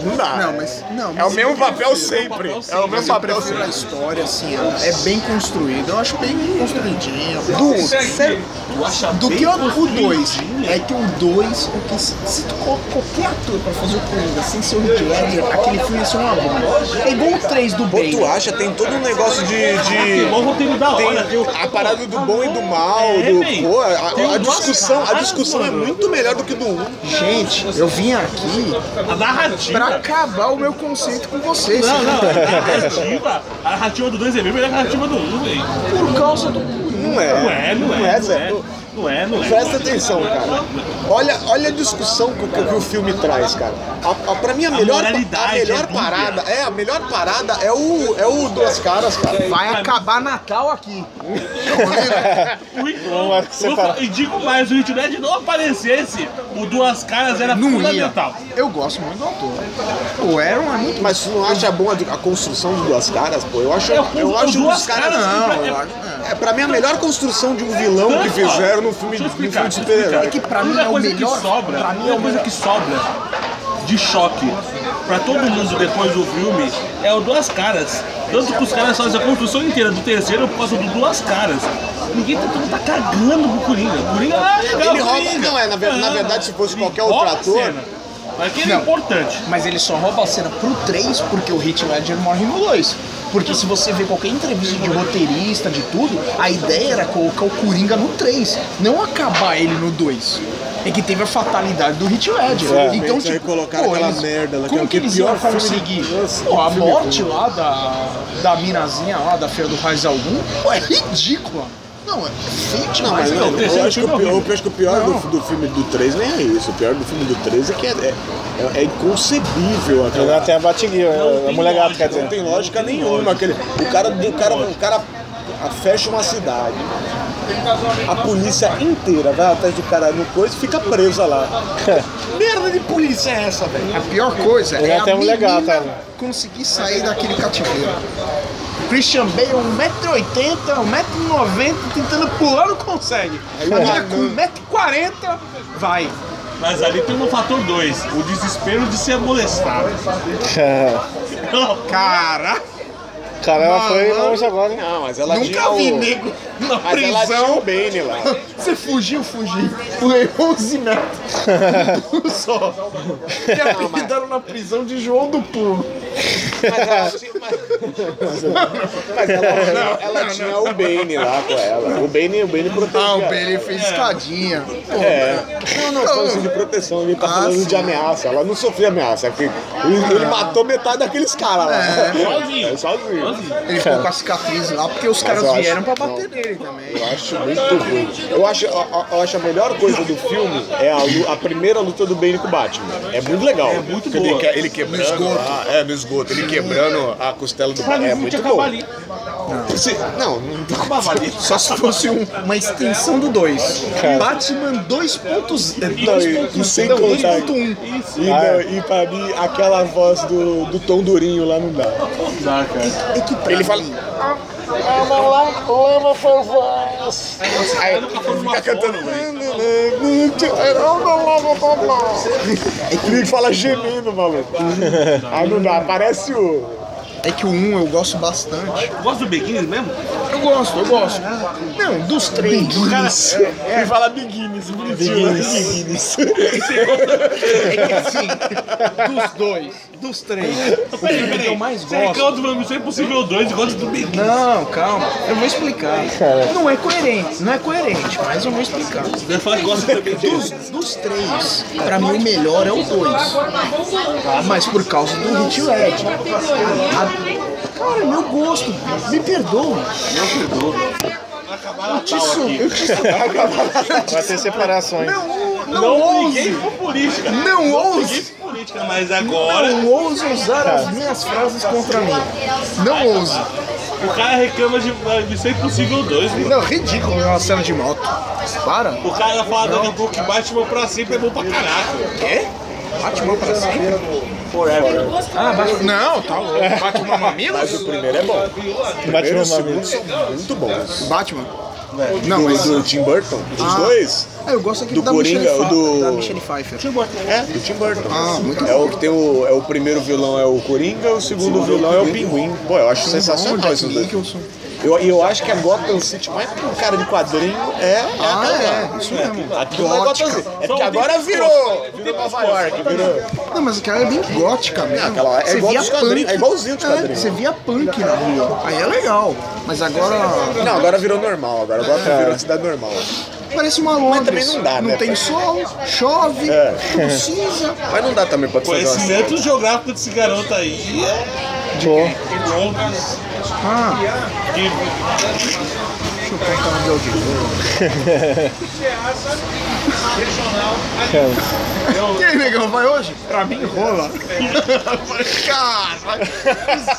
[SPEAKER 4] não dá.
[SPEAKER 3] Não, mas. Não,
[SPEAKER 4] É o
[SPEAKER 3] mas
[SPEAKER 4] mesmo papel sempre. É o mesmo
[SPEAKER 3] Mas eu
[SPEAKER 4] papel
[SPEAKER 3] prefiro a
[SPEAKER 4] sempre.
[SPEAKER 3] história, assim, é é bem construída. Eu acho bem construidinha.
[SPEAKER 1] Tu acha
[SPEAKER 3] Do
[SPEAKER 1] bem
[SPEAKER 3] que o
[SPEAKER 1] construído?
[SPEAKER 3] 2. É que o 2, o que se, se tu coloca qualquer ator pra fazer o Coringa sem ser o Heath Ledger, aquele filme ia ser uma bomba. É igual o 3 do
[SPEAKER 4] Pô, tu
[SPEAKER 3] Bane.
[SPEAKER 4] acha? Tem todo um negócio de.
[SPEAKER 1] Tem
[SPEAKER 4] de...
[SPEAKER 1] bom roteiro da hora, tem o-
[SPEAKER 4] Tem a parada do bom e do mal,
[SPEAKER 1] É,
[SPEAKER 4] do,
[SPEAKER 1] véi.
[SPEAKER 4] pô, a,
[SPEAKER 1] Tem
[SPEAKER 4] a
[SPEAKER 1] um
[SPEAKER 4] discussão, a
[SPEAKER 1] cara,
[SPEAKER 4] discussão é
[SPEAKER 1] mano.
[SPEAKER 4] muito melhor do um. que do 1.
[SPEAKER 3] Gente, eu vim aqui
[SPEAKER 1] a narrativa.
[SPEAKER 3] pra acabar o meu conceito com vocês.
[SPEAKER 1] Não, não, é a
[SPEAKER 4] *laughs*
[SPEAKER 1] narrativa, a narrativa do 2 é bem melhor que a narrativa do 1, velho.
[SPEAKER 3] Por causa do
[SPEAKER 4] Não é.
[SPEAKER 1] Não é, não é.
[SPEAKER 4] Não é,
[SPEAKER 1] não
[SPEAKER 4] Zé.
[SPEAKER 1] é. Não é, não é.
[SPEAKER 4] Presta atenção, cara. Olha, olha a discussão que, que- que o filme traz, cara. A, a- pra mim, a,
[SPEAKER 1] A
[SPEAKER 4] melhor, a
[SPEAKER 1] moralidade é
[SPEAKER 4] melhor
[SPEAKER 1] dúbia.
[SPEAKER 4] parada é a melhor parada é o, é o Duas Caras, cara.
[SPEAKER 3] Vai acabar Natal aqui.
[SPEAKER 1] O Rick-
[SPEAKER 5] Não, acho que você
[SPEAKER 1] é, eu
[SPEAKER 5] tá-
[SPEAKER 1] fa- E digo mais, o Hit Ledger é não aparecesse, o Duas Caras era
[SPEAKER 3] Não ia.
[SPEAKER 1] fundamental.
[SPEAKER 3] Eu gosto muito do ator. O Aaron é muito
[SPEAKER 4] Mas tu não acha bom a, a construção de Duas Caras, pô? Eu acho, eu,
[SPEAKER 1] É o- o
[SPEAKER 4] acho
[SPEAKER 1] Duas
[SPEAKER 4] Duas Caras...
[SPEAKER 1] Caras,
[SPEAKER 4] Não,
[SPEAKER 1] não,
[SPEAKER 4] eu acho- é, pra mim, a melhor construção de um vilão que
[SPEAKER 1] Tanto, ó,
[SPEAKER 4] fizeram no filme,
[SPEAKER 1] deixa eu
[SPEAKER 4] no filme
[SPEAKER 1] explicar, deixa
[SPEAKER 4] de
[SPEAKER 1] eu explicar.
[SPEAKER 4] super-herói.
[SPEAKER 3] que pra mim
[SPEAKER 1] única
[SPEAKER 3] é o
[SPEAKER 1] coisa
[SPEAKER 3] melhor-
[SPEAKER 1] que sobra,
[SPEAKER 3] pra
[SPEAKER 1] pra
[SPEAKER 3] mim
[SPEAKER 1] mim
[SPEAKER 3] é o
[SPEAKER 1] coisa
[SPEAKER 3] melhor.
[SPEAKER 1] que sobra de choque pra todo mundo depois do filme é o Duas Caras. Tanto que os caras fazem a construção inteira do terceiro por causa do Duas Caras. Ninguém tá, todo mundo tá cagando pro Coringa. O Coringa ah, legal,
[SPEAKER 4] Ele rouba-
[SPEAKER 1] Coringa.
[SPEAKER 4] não, é, na ver- na verdade, se fosse
[SPEAKER 1] Ele
[SPEAKER 4] qualquer outro
[SPEAKER 1] rouba a
[SPEAKER 4] ator-
[SPEAKER 1] cena. Mas que é importante.
[SPEAKER 3] Mas ele só rouba a cena pro 3 porque o Heath Ledger morre no 2. Porque se você ver qualquer entrevista de roteirista, de tudo, a ideia era colocar o Coringa no 3, não acabar ele no 2. é que teve a fatalidade do Hit Ledger.
[SPEAKER 4] Exatamente,
[SPEAKER 3] então,
[SPEAKER 4] É, aí
[SPEAKER 3] tipo,
[SPEAKER 4] colocaram aquela merda lá, que é
[SPEAKER 3] como
[SPEAKER 4] o
[SPEAKER 3] que eles
[SPEAKER 4] pior
[SPEAKER 3] iam
[SPEAKER 4] filme de-
[SPEAKER 3] conseguir?
[SPEAKER 4] Nossa,
[SPEAKER 3] Pô,
[SPEAKER 4] que
[SPEAKER 3] a
[SPEAKER 4] filme
[SPEAKER 3] morte lá da, da minazinha lá, da Feira do Raiz Algum, pô, é ridícula. Não, é feio
[SPEAKER 4] Não, mas
[SPEAKER 3] demais.
[SPEAKER 4] não,
[SPEAKER 3] né?
[SPEAKER 1] o terceiro
[SPEAKER 4] eu, acho
[SPEAKER 1] filme é
[SPEAKER 4] que o pior,
[SPEAKER 1] horrível.
[SPEAKER 4] eu acho que o pior do,
[SPEAKER 3] Não.
[SPEAKER 4] do filme do 3 nem é isso. O pior do filme do 3 é que é, é, é inconcebível
[SPEAKER 5] Ela
[SPEAKER 4] aquela.
[SPEAKER 5] tem a batiguinha,
[SPEAKER 1] Não
[SPEAKER 5] a
[SPEAKER 1] tem
[SPEAKER 5] mulher gata,
[SPEAKER 1] lógica,
[SPEAKER 5] quer
[SPEAKER 4] Não
[SPEAKER 5] dizer.
[SPEAKER 4] tem lógica nenhuma. Aquele, o cara, o cara, o cara fecha uma cidade. A polícia inteira vai atrás do cara no coisa e fica presa lá.
[SPEAKER 8] Merda de polícia é essa, velho?
[SPEAKER 3] A pior coisa
[SPEAKER 5] Ele
[SPEAKER 3] é a
[SPEAKER 5] até é um
[SPEAKER 3] menina
[SPEAKER 5] legal, tá?
[SPEAKER 3] conseguir sair daquele cativeiro. Christian Bale, 1,80m, 1,90m, tentando pular, não consegue. A menina com 1,40m, vai.
[SPEAKER 1] Mas ali tem um fator 2, o desespero de ser molestado.
[SPEAKER 3] Cara,
[SPEAKER 5] *laughs* Cara, ela foi longe agora, hein?
[SPEAKER 9] Não, mas ela tinha
[SPEAKER 3] nunca
[SPEAKER 9] o...
[SPEAKER 3] vi nego na
[SPEAKER 9] Mas ela tinha
[SPEAKER 3] prisão.
[SPEAKER 9] o Bane lá.
[SPEAKER 3] Você fugiu, fugiu. Pulei 11 metros. Um Só. Me apelidaram na prisão de João do Pulo.
[SPEAKER 9] Mas ela tinha, mas... mas ela, ela tinha o Bane lá com ela. O Bane, o Bane protegeu.
[SPEAKER 3] Ah, o
[SPEAKER 9] ela.
[SPEAKER 3] Bane fez escadinha.
[SPEAKER 9] Não, não, foi assim de proteção, ele tá
[SPEAKER 3] Ah,
[SPEAKER 9] falando
[SPEAKER 3] sim.
[SPEAKER 9] de ameaça. Ela não sofria ameaça. é que Ele, ele matou metade daqueles caras lá.
[SPEAKER 1] Sozinho.
[SPEAKER 9] É, sozinho.
[SPEAKER 3] Ele ficou com a cicatriz lá, porque os caras
[SPEAKER 9] eu acho-
[SPEAKER 3] vieram pra bater nele também.
[SPEAKER 9] Eu acho muito ruim. Eu acho, eu, eu acho a melhor coisa do filme é a, lu- a primeira luta do Bane com o Batman. É muito legal. É muito
[SPEAKER 4] Ele, que- ele quebrando. lá, é, no esgoto. Ele quebrando a costela do
[SPEAKER 1] Sabe,
[SPEAKER 4] É
[SPEAKER 1] o filme
[SPEAKER 4] muito
[SPEAKER 1] tinha que acabar
[SPEAKER 4] bom.
[SPEAKER 1] ali.
[SPEAKER 9] Se- não, não acabava ali.
[SPEAKER 3] Só se fosse um- uma extensão do 2.
[SPEAKER 5] Cara.
[SPEAKER 3] Batman é, 2.0.
[SPEAKER 4] Não, e, e sem contar.
[SPEAKER 3] um.
[SPEAKER 4] E,
[SPEAKER 9] é.
[SPEAKER 4] não, e pra mim, aquela voz do, do Tom Durinho lá não dá.
[SPEAKER 3] É que pra
[SPEAKER 9] Ele fala.
[SPEAKER 3] mim,
[SPEAKER 1] Eu nunca fui numa
[SPEAKER 9] Fica Tá cantando.
[SPEAKER 1] foto, velho.
[SPEAKER 9] Ele fala gemendo, maluco. Aí não dá, parece o.
[SPEAKER 3] é que o 1 eu gosto bastante.
[SPEAKER 1] Eu Gosto do Beguines mesmo?
[SPEAKER 3] Eu gosto, eu gosto. Não, dos três. Cara,
[SPEAKER 9] Ele fala Biguines, bonitinho. né? Biguines.
[SPEAKER 3] *laughs* é que assim, dos dois, dos três.
[SPEAKER 1] Peraí, peraí.
[SPEAKER 3] eu mais
[SPEAKER 1] Você
[SPEAKER 3] gosto.
[SPEAKER 1] reclama do meu
[SPEAKER 3] é
[SPEAKER 1] Missão Impossível 2 e gosta do Beguines.
[SPEAKER 3] Não, calma, eu vou explicar. Não é coerente, não é coerente, mas eu vou explicar.
[SPEAKER 1] Você fala que gosta do Beguines.
[SPEAKER 3] Dos três, pra mim o melhor é o dois. Ah, mas por causa do Hit Led. A- Cara, é meu gosto, me perdoa. Eu te sou, eu te sou.
[SPEAKER 5] Vai ter separações.
[SPEAKER 3] Não, não,
[SPEAKER 1] Não
[SPEAKER 3] ouse,
[SPEAKER 1] briguei por política.
[SPEAKER 3] não
[SPEAKER 1] Briguei
[SPEAKER 3] ouse,
[SPEAKER 1] por política, mas agora
[SPEAKER 3] não ouse usar as minhas frases contra mim. Não ouse.
[SPEAKER 1] o cara reclama de de Missão Impossível 2, mano.
[SPEAKER 3] Não, ridículo ver uma cena de moto. Para.
[SPEAKER 1] O cara fala daqui a pouco que Batman pra sempre é bom pra caraca.
[SPEAKER 3] Quê? Batman pra sempre?
[SPEAKER 1] Forever.
[SPEAKER 3] Ah, Batman. Não, tá louco. Batman Mamilos?
[SPEAKER 4] O primeiro é bom.
[SPEAKER 5] Bate
[SPEAKER 4] Primeiro e
[SPEAKER 5] no
[SPEAKER 4] o segundo
[SPEAKER 5] mamilo.
[SPEAKER 4] são muito bons.
[SPEAKER 3] Batman.
[SPEAKER 4] Não, mas do Tim Burton, dos
[SPEAKER 3] Ah.
[SPEAKER 4] dois,
[SPEAKER 3] Ah, eu gosto aqui
[SPEAKER 4] Do
[SPEAKER 3] da,
[SPEAKER 4] Coringa,
[SPEAKER 3] Michelle Fa-
[SPEAKER 4] do-
[SPEAKER 3] da Michelle Pfeiffer.
[SPEAKER 4] é do Tim Burton.
[SPEAKER 3] Ah, muito
[SPEAKER 4] é o que tem o, é o primeiro vilão é o Coringa, o segundo vilão é o Pinguim. Pô, eu acho sensacional esses dois.
[SPEAKER 3] Nicholson.
[SPEAKER 4] Eu, eu acho que a Gotham City mais pro cara de quadrinho é, é
[SPEAKER 3] Ah,
[SPEAKER 4] aquela
[SPEAKER 3] é,
[SPEAKER 4] lá.
[SPEAKER 3] isso mesmo.
[SPEAKER 4] Aquilo lá é
[SPEAKER 3] Gótica.
[SPEAKER 4] Gotham City. É porque agora virou, virou Nova York, virou...
[SPEAKER 3] Não, mas aquela é bem gótica mesmo.
[SPEAKER 4] aquela lá é
[SPEAKER 3] Você
[SPEAKER 4] igual
[SPEAKER 3] via
[SPEAKER 4] dos quadrinhos, é igualzinho dos quadrinhos.
[SPEAKER 3] Você via punk na rua. Aí é legal. Mas agora
[SPEAKER 4] Não, agora virou normal, agora Gotham virou uma cidade normal.
[SPEAKER 3] parece uma Londres.
[SPEAKER 4] também não dá, né,
[SPEAKER 3] tem
[SPEAKER 4] pai?
[SPEAKER 3] sol, chove,
[SPEAKER 4] É.
[SPEAKER 3] tudo cinza.
[SPEAKER 4] Mas não dá também pra fazer uma...
[SPEAKER 1] Conhecimento geográfico desse garoto aí é
[SPEAKER 5] Boa.
[SPEAKER 1] bom.
[SPEAKER 3] Ah,
[SPEAKER 1] Que
[SPEAKER 3] deixa eu contar onde eu digo. E aí, negão, vai hoje? Pra mim rola. Cara, que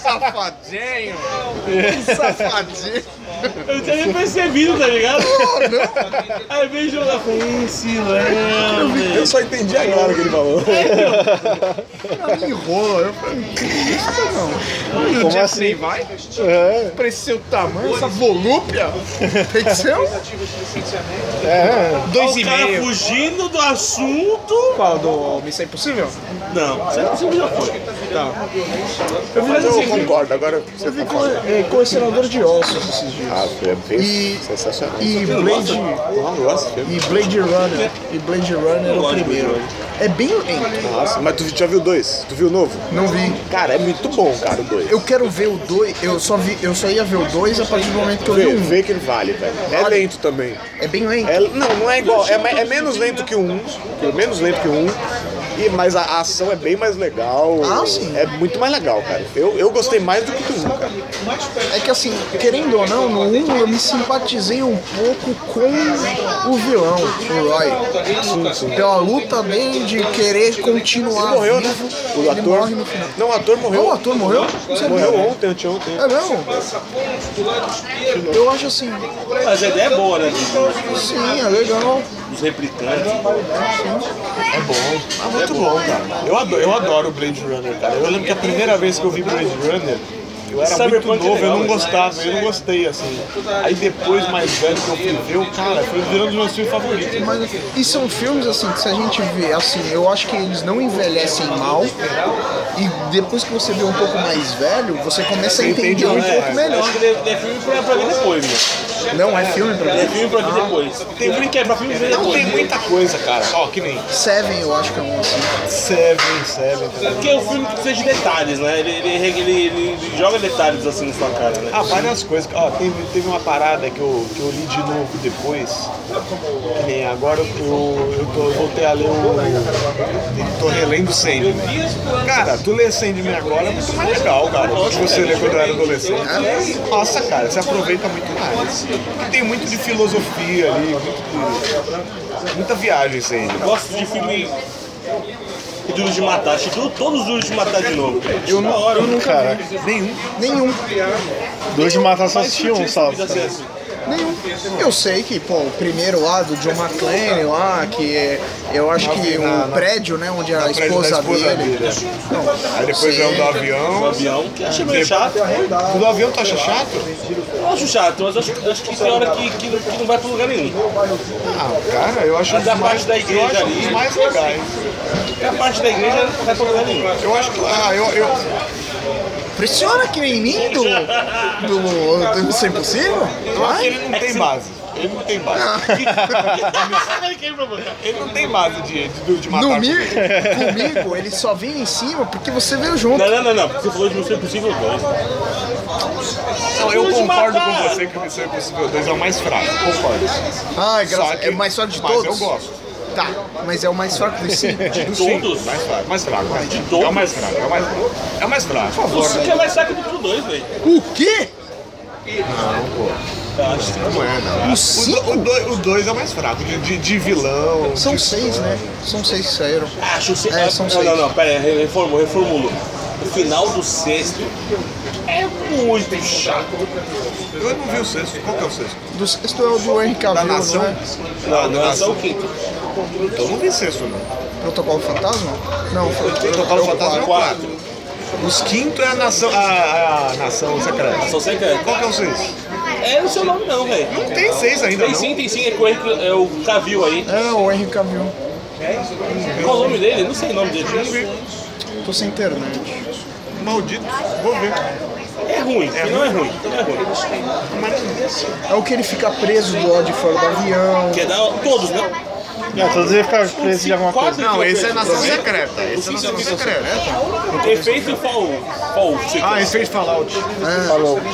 [SPEAKER 3] safadinho. Que safadinho.
[SPEAKER 1] eu não tinha nem percebido, tá
[SPEAKER 3] *laughs*
[SPEAKER 1] ligado? Aí vem jogar com esse
[SPEAKER 4] Eu só entendi agora o que ele falou.
[SPEAKER 3] Pra mim rola. Eu falei, que isso, não. E o
[SPEAKER 5] Como
[SPEAKER 3] Jeffrey
[SPEAKER 5] assim?
[SPEAKER 3] vai?
[SPEAKER 5] É,
[SPEAKER 3] Pra esse seu tamanho, essa volúpia? Tem que ser um
[SPEAKER 5] é.
[SPEAKER 1] O
[SPEAKER 3] dois e
[SPEAKER 1] cara
[SPEAKER 3] meio.
[SPEAKER 1] Tá fugindo do assunto. É
[SPEAKER 3] Qual? Do Missão Impossível?
[SPEAKER 1] Não, você não você já foi.
[SPEAKER 4] Eu Mas eu concordo, agora você tá falando.
[SPEAKER 3] É, colecionador de ossos esses dias.
[SPEAKER 4] Ah, foi
[SPEAKER 3] E-
[SPEAKER 4] bem sensacional.
[SPEAKER 3] E
[SPEAKER 1] não
[SPEAKER 3] Blade,
[SPEAKER 4] Não, eu gosto desse filme.
[SPEAKER 3] e Blade Runner. E Blade Runner é
[SPEAKER 1] gosto
[SPEAKER 3] o
[SPEAKER 1] de
[SPEAKER 3] primeiro.
[SPEAKER 1] Blade
[SPEAKER 3] É bem lento.
[SPEAKER 4] Nossa, mas tu já viu dois? Tu viu o novo?
[SPEAKER 3] Não vi.
[SPEAKER 4] Cara, é muito bom, cara, o dois.
[SPEAKER 3] Eu quero ver o 2. Eu só vi, eu só ia ver o 2 a partir do momento que eu vi
[SPEAKER 4] Vê,
[SPEAKER 3] o um.
[SPEAKER 4] vê que ele vale, velho. É lento também.
[SPEAKER 3] É bem lento.
[SPEAKER 4] É- não, não é igual. É, me- é menos lento que um. É menos lento que um. E, mas a, a ação é bem mais legal.
[SPEAKER 3] Ah, sim.
[SPEAKER 4] É muito mais legal, cara. Eu, eu gostei mais do que do um, cara.
[SPEAKER 3] É que assim, querendo ou não, no 1 eu me simpatizei um pouco com o vilão, o Roy. Pela luta bem de querer continuar
[SPEAKER 4] Ele morreu, né?
[SPEAKER 3] vivo.
[SPEAKER 4] O
[SPEAKER 3] ele
[SPEAKER 4] ator.
[SPEAKER 3] morre no final.
[SPEAKER 4] Não, o ator morreu.
[SPEAKER 3] Ah, o ator morreu? Não sabia.
[SPEAKER 4] Morreu ontem, anteontem.
[SPEAKER 3] É mesmo? Eu acho assim,
[SPEAKER 1] Mas a ideia é boa, né? Dos,
[SPEAKER 3] sim, é legal.
[SPEAKER 1] dos replicantes.
[SPEAKER 4] É muito bom, cara.
[SPEAKER 10] Eu adoro, eu adoro o Blade Runner, cara. Eu lembro que a primeira vez que eu vi Blade Runner, eu era muito
[SPEAKER 1] Cyberpunk é
[SPEAKER 10] novo, eu
[SPEAKER 1] legal,
[SPEAKER 10] não
[SPEAKER 1] né?
[SPEAKER 10] gostava, eu não gostei, assim. Aí depois, mais velho que eu fui ver, eu, cara, foi virando um dos meus filmes favoritos.
[SPEAKER 3] Mas, e são filmes assim que se a gente vê, assim, eu acho que eles não envelhecem mal. E depois que você vê um pouco mais velho, você começa a entender um
[SPEAKER 10] né?
[SPEAKER 3] pouco melhor.
[SPEAKER 1] Acho que ele é, ele é filme pra, pra ver depois, né?
[SPEAKER 3] Não é filme pra
[SPEAKER 1] Ele é
[SPEAKER 3] mim.
[SPEAKER 1] filme pra ver depois. Tem filme que é pra filme ver
[SPEAKER 10] Não
[SPEAKER 1] depois.
[SPEAKER 10] tem muita coisa, cara. Ó, que nem
[SPEAKER 3] Seven, eu acho que é um assim.
[SPEAKER 10] Seven, Seven. também.
[SPEAKER 1] Porque é um filme que precisa de detalhes, né? Ele, ele, ele- ele- ele joga detalhes assim na sua cara, né?
[SPEAKER 10] Ah, várias coisas. Ó, teve, teve uma parada que eu, que eu li de novo depois. Que nem agora eu, eu, eu tô- eu voltei a ler o. Tô relendo Sandman. Cara, tu lê Sandman agora é muito mais legal, cara. do que você lê quando era adolescente. Nossa, cara, você aproveita muito mais. E tem muito de filosofia ali, muito de- muita viagem Sandman.
[SPEAKER 1] Eu gosto de filme Duro de Matar. Acho que eu- todos os Duros de Matar de novo. Eu não, hora, eu nunca
[SPEAKER 5] Cara,
[SPEAKER 10] Nenhum.
[SPEAKER 3] Nenhum,
[SPEAKER 5] dois de matar só assistiu um só.
[SPEAKER 3] nenhum. Eu sei que, pô, o primeiro lá do John McClane lá, que é- eu acho que um prédio, né, onde a
[SPEAKER 10] prédio da
[SPEAKER 3] esposa,
[SPEAKER 10] esposa
[SPEAKER 3] dele.
[SPEAKER 10] dele,
[SPEAKER 3] Não,
[SPEAKER 10] Aí depois é um do
[SPEAKER 1] O
[SPEAKER 10] avião.
[SPEAKER 1] avião, que eu achei meio chato.
[SPEAKER 10] O do avião tu acha chato?
[SPEAKER 1] Eu acho chato, mas acho, acho que tem hora que, que, não- que não vai pra lugar nenhum.
[SPEAKER 10] Ah, cara, eu acho
[SPEAKER 1] Mas a
[SPEAKER 10] os mais-
[SPEAKER 1] parte da igreja
[SPEAKER 10] eu acho
[SPEAKER 1] ali-
[SPEAKER 10] os mais legais.
[SPEAKER 1] A parte da igreja não vai pra lugar nenhum.
[SPEAKER 10] Eu acho que. Ah, eu, eu,
[SPEAKER 3] pressiona que nem mim do, do, do Sem Possível?
[SPEAKER 10] eu acho que ele não tem base. Ele não tem base. Ele não tem base de, de, de matar.
[SPEAKER 3] No Mi- comigo, ele só vinha em cima porque você veio junto.
[SPEAKER 1] Não, não, não, não. Você falou de Missão Impossível 2.
[SPEAKER 10] Não, eu
[SPEAKER 1] de
[SPEAKER 10] concordo com
[SPEAKER 1] matar.
[SPEAKER 10] você que o Missão Impossível 2 é o mais fraco. Concordo.
[SPEAKER 3] Ah,
[SPEAKER 10] Só
[SPEAKER 3] graças.
[SPEAKER 10] que-
[SPEAKER 3] É o mais forte de
[SPEAKER 10] mas
[SPEAKER 3] todos?
[SPEAKER 10] eu gosto.
[SPEAKER 3] Tá, mas é o mais forte dos cinco.
[SPEAKER 1] De todos.
[SPEAKER 10] Mais fraco. Mais fraco. cara.
[SPEAKER 1] todos?
[SPEAKER 10] É o mais fraco. É o mais fraco. É o mais fraco. Por favor.
[SPEAKER 1] Isso que é mais saco do que o 2, velho.
[SPEAKER 3] o quê?
[SPEAKER 10] Não é, não.
[SPEAKER 3] O cinco?
[SPEAKER 10] O 2 o dois é o mais fraco. De, de, de vilão.
[SPEAKER 3] São seis, né? São seis que saíram.
[SPEAKER 1] Acho que... Ah,
[SPEAKER 3] É, são
[SPEAKER 1] não,
[SPEAKER 3] seis.
[SPEAKER 1] não, não, pera aí, re- reformulo, reformulo. O final do sexto é muito chato.
[SPEAKER 10] Eu não vi o sexto. Qual que é o sexto?
[SPEAKER 3] Do sexto é o do Henry Cavill,
[SPEAKER 10] Da nação?
[SPEAKER 3] né?
[SPEAKER 1] Não, não é só o quinto.
[SPEAKER 10] Então não vi sexto, não.
[SPEAKER 3] Protocolo Fantasma? Não, foi
[SPEAKER 10] Protocolo Fantasma é o
[SPEAKER 1] quatro.
[SPEAKER 10] 4. Os quinto é a nação. A, a nação secreta.
[SPEAKER 1] Só sei que é.
[SPEAKER 10] Qual que é o sexto?
[SPEAKER 1] É, não sei o nome não, velho.
[SPEAKER 10] Não tem seis ainda,
[SPEAKER 1] Tem
[SPEAKER 10] não.
[SPEAKER 1] sim, tem sim, é, com o Henrique- é o Cavil aí.
[SPEAKER 3] É, o Henry Cavill.
[SPEAKER 1] Qual o nome dele? Não sei o nome dele.
[SPEAKER 3] Tô sem internet.
[SPEAKER 10] Maldito. Vou ver.
[SPEAKER 1] É ruim, não é ruim, não é ruim.
[SPEAKER 3] É o que ele fica preso do lado de fora do avião.
[SPEAKER 1] Quer dar todos, né?
[SPEAKER 5] É, todos iam ficar presos de alguma coisa.
[SPEAKER 1] Não, esse é
[SPEAKER 10] Nação secreta. Esse é nação secreta.
[SPEAKER 1] Efeito Fall. Fall.
[SPEAKER 10] Ah, esse fez Fallout.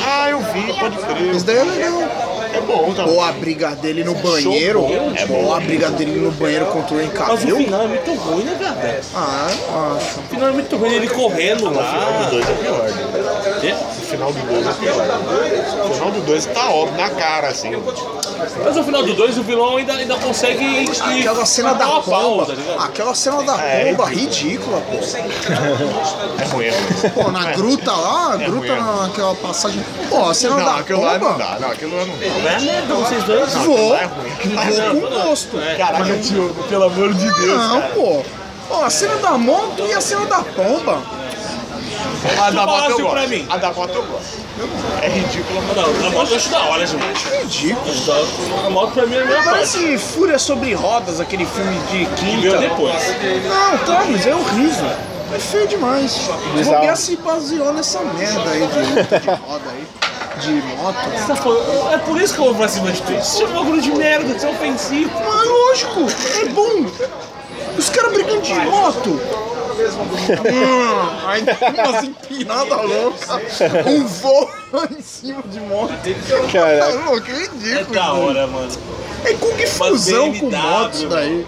[SPEAKER 10] Ah, eu vi, pode crer.
[SPEAKER 3] Isso né? daí é legal.
[SPEAKER 10] É bom, tá
[SPEAKER 3] Ou a briga dele no banheiro.
[SPEAKER 10] É
[SPEAKER 3] Ou a briga dele no banheiro contra o Henry
[SPEAKER 1] Mas o
[SPEAKER 3] Cavill.
[SPEAKER 1] final é muito ruim, né, cara?
[SPEAKER 3] Ah, eu acho.
[SPEAKER 1] O final é muito ruim, ele correndo lá.
[SPEAKER 10] dois é pior. né? O final do dois é pior. O final do dois tá óbvio, na cara, assim.
[SPEAKER 1] Mas no final do 2 o vilão ainda, ainda consegue. ir- ir-
[SPEAKER 3] Aquela cena da
[SPEAKER 1] dar uma
[SPEAKER 3] pomba.
[SPEAKER 1] pausa, tá ligado?
[SPEAKER 3] Aquela cena da
[SPEAKER 10] É,
[SPEAKER 3] pomba ridícula, pô.
[SPEAKER 10] É ruim, é ruim.
[SPEAKER 3] Pô, na gruta lá, a gruta
[SPEAKER 10] ruim, é.
[SPEAKER 3] na- naquela passagem. Pô, a cena
[SPEAKER 10] Não,
[SPEAKER 3] da
[SPEAKER 10] aquilo lá não
[SPEAKER 3] pomba.
[SPEAKER 10] dá. Não, aquilo lá não dá.
[SPEAKER 1] Vai a merda vocês dois.
[SPEAKER 3] Vou,
[SPEAKER 10] lá é ruim. Aquilo lá é ruim.
[SPEAKER 3] vou com gosto.
[SPEAKER 10] Caraca, Diogo, pelo amor de Deus.
[SPEAKER 3] Não, pô. Ó, a cena da moto e a cena da pomba.
[SPEAKER 4] A
[SPEAKER 1] tu
[SPEAKER 4] Dakota
[SPEAKER 1] falasse
[SPEAKER 4] Ah, eu
[SPEAKER 1] pra
[SPEAKER 4] gosto.
[SPEAKER 1] mim.
[SPEAKER 4] A Dakota eu gosto. É ridículo, mas
[SPEAKER 1] Não, a moto eu acho da hora demais. Ridículo. A moto pra mim é a melhor parte.
[SPEAKER 10] Parece Fúria sobre Rodas, aquele filme de
[SPEAKER 1] Que veio
[SPEAKER 10] quinta.
[SPEAKER 1] depois.
[SPEAKER 3] Não, tá, mas é horrível. É feio demais.
[SPEAKER 5] Bizarro.
[SPEAKER 3] Vou se baseou nessa merda aí de luta de roda aí. De moto.
[SPEAKER 1] Tá falando- É por isso que eu vou pra cima de tu. Isso é um bagulho de merda, isso é ofensivo.
[SPEAKER 3] Mas lógico, é bom. Os caras brigando de moto. Hum, aí umas empinadas loucas. assim, Um voo *laughs* em cima de moto.
[SPEAKER 5] Caraca.
[SPEAKER 3] Maluco, que
[SPEAKER 1] É
[SPEAKER 3] ridículo.
[SPEAKER 1] da hora, mano.
[SPEAKER 3] É Kung Fusão
[SPEAKER 1] BMW,
[SPEAKER 3] com moto isso daí.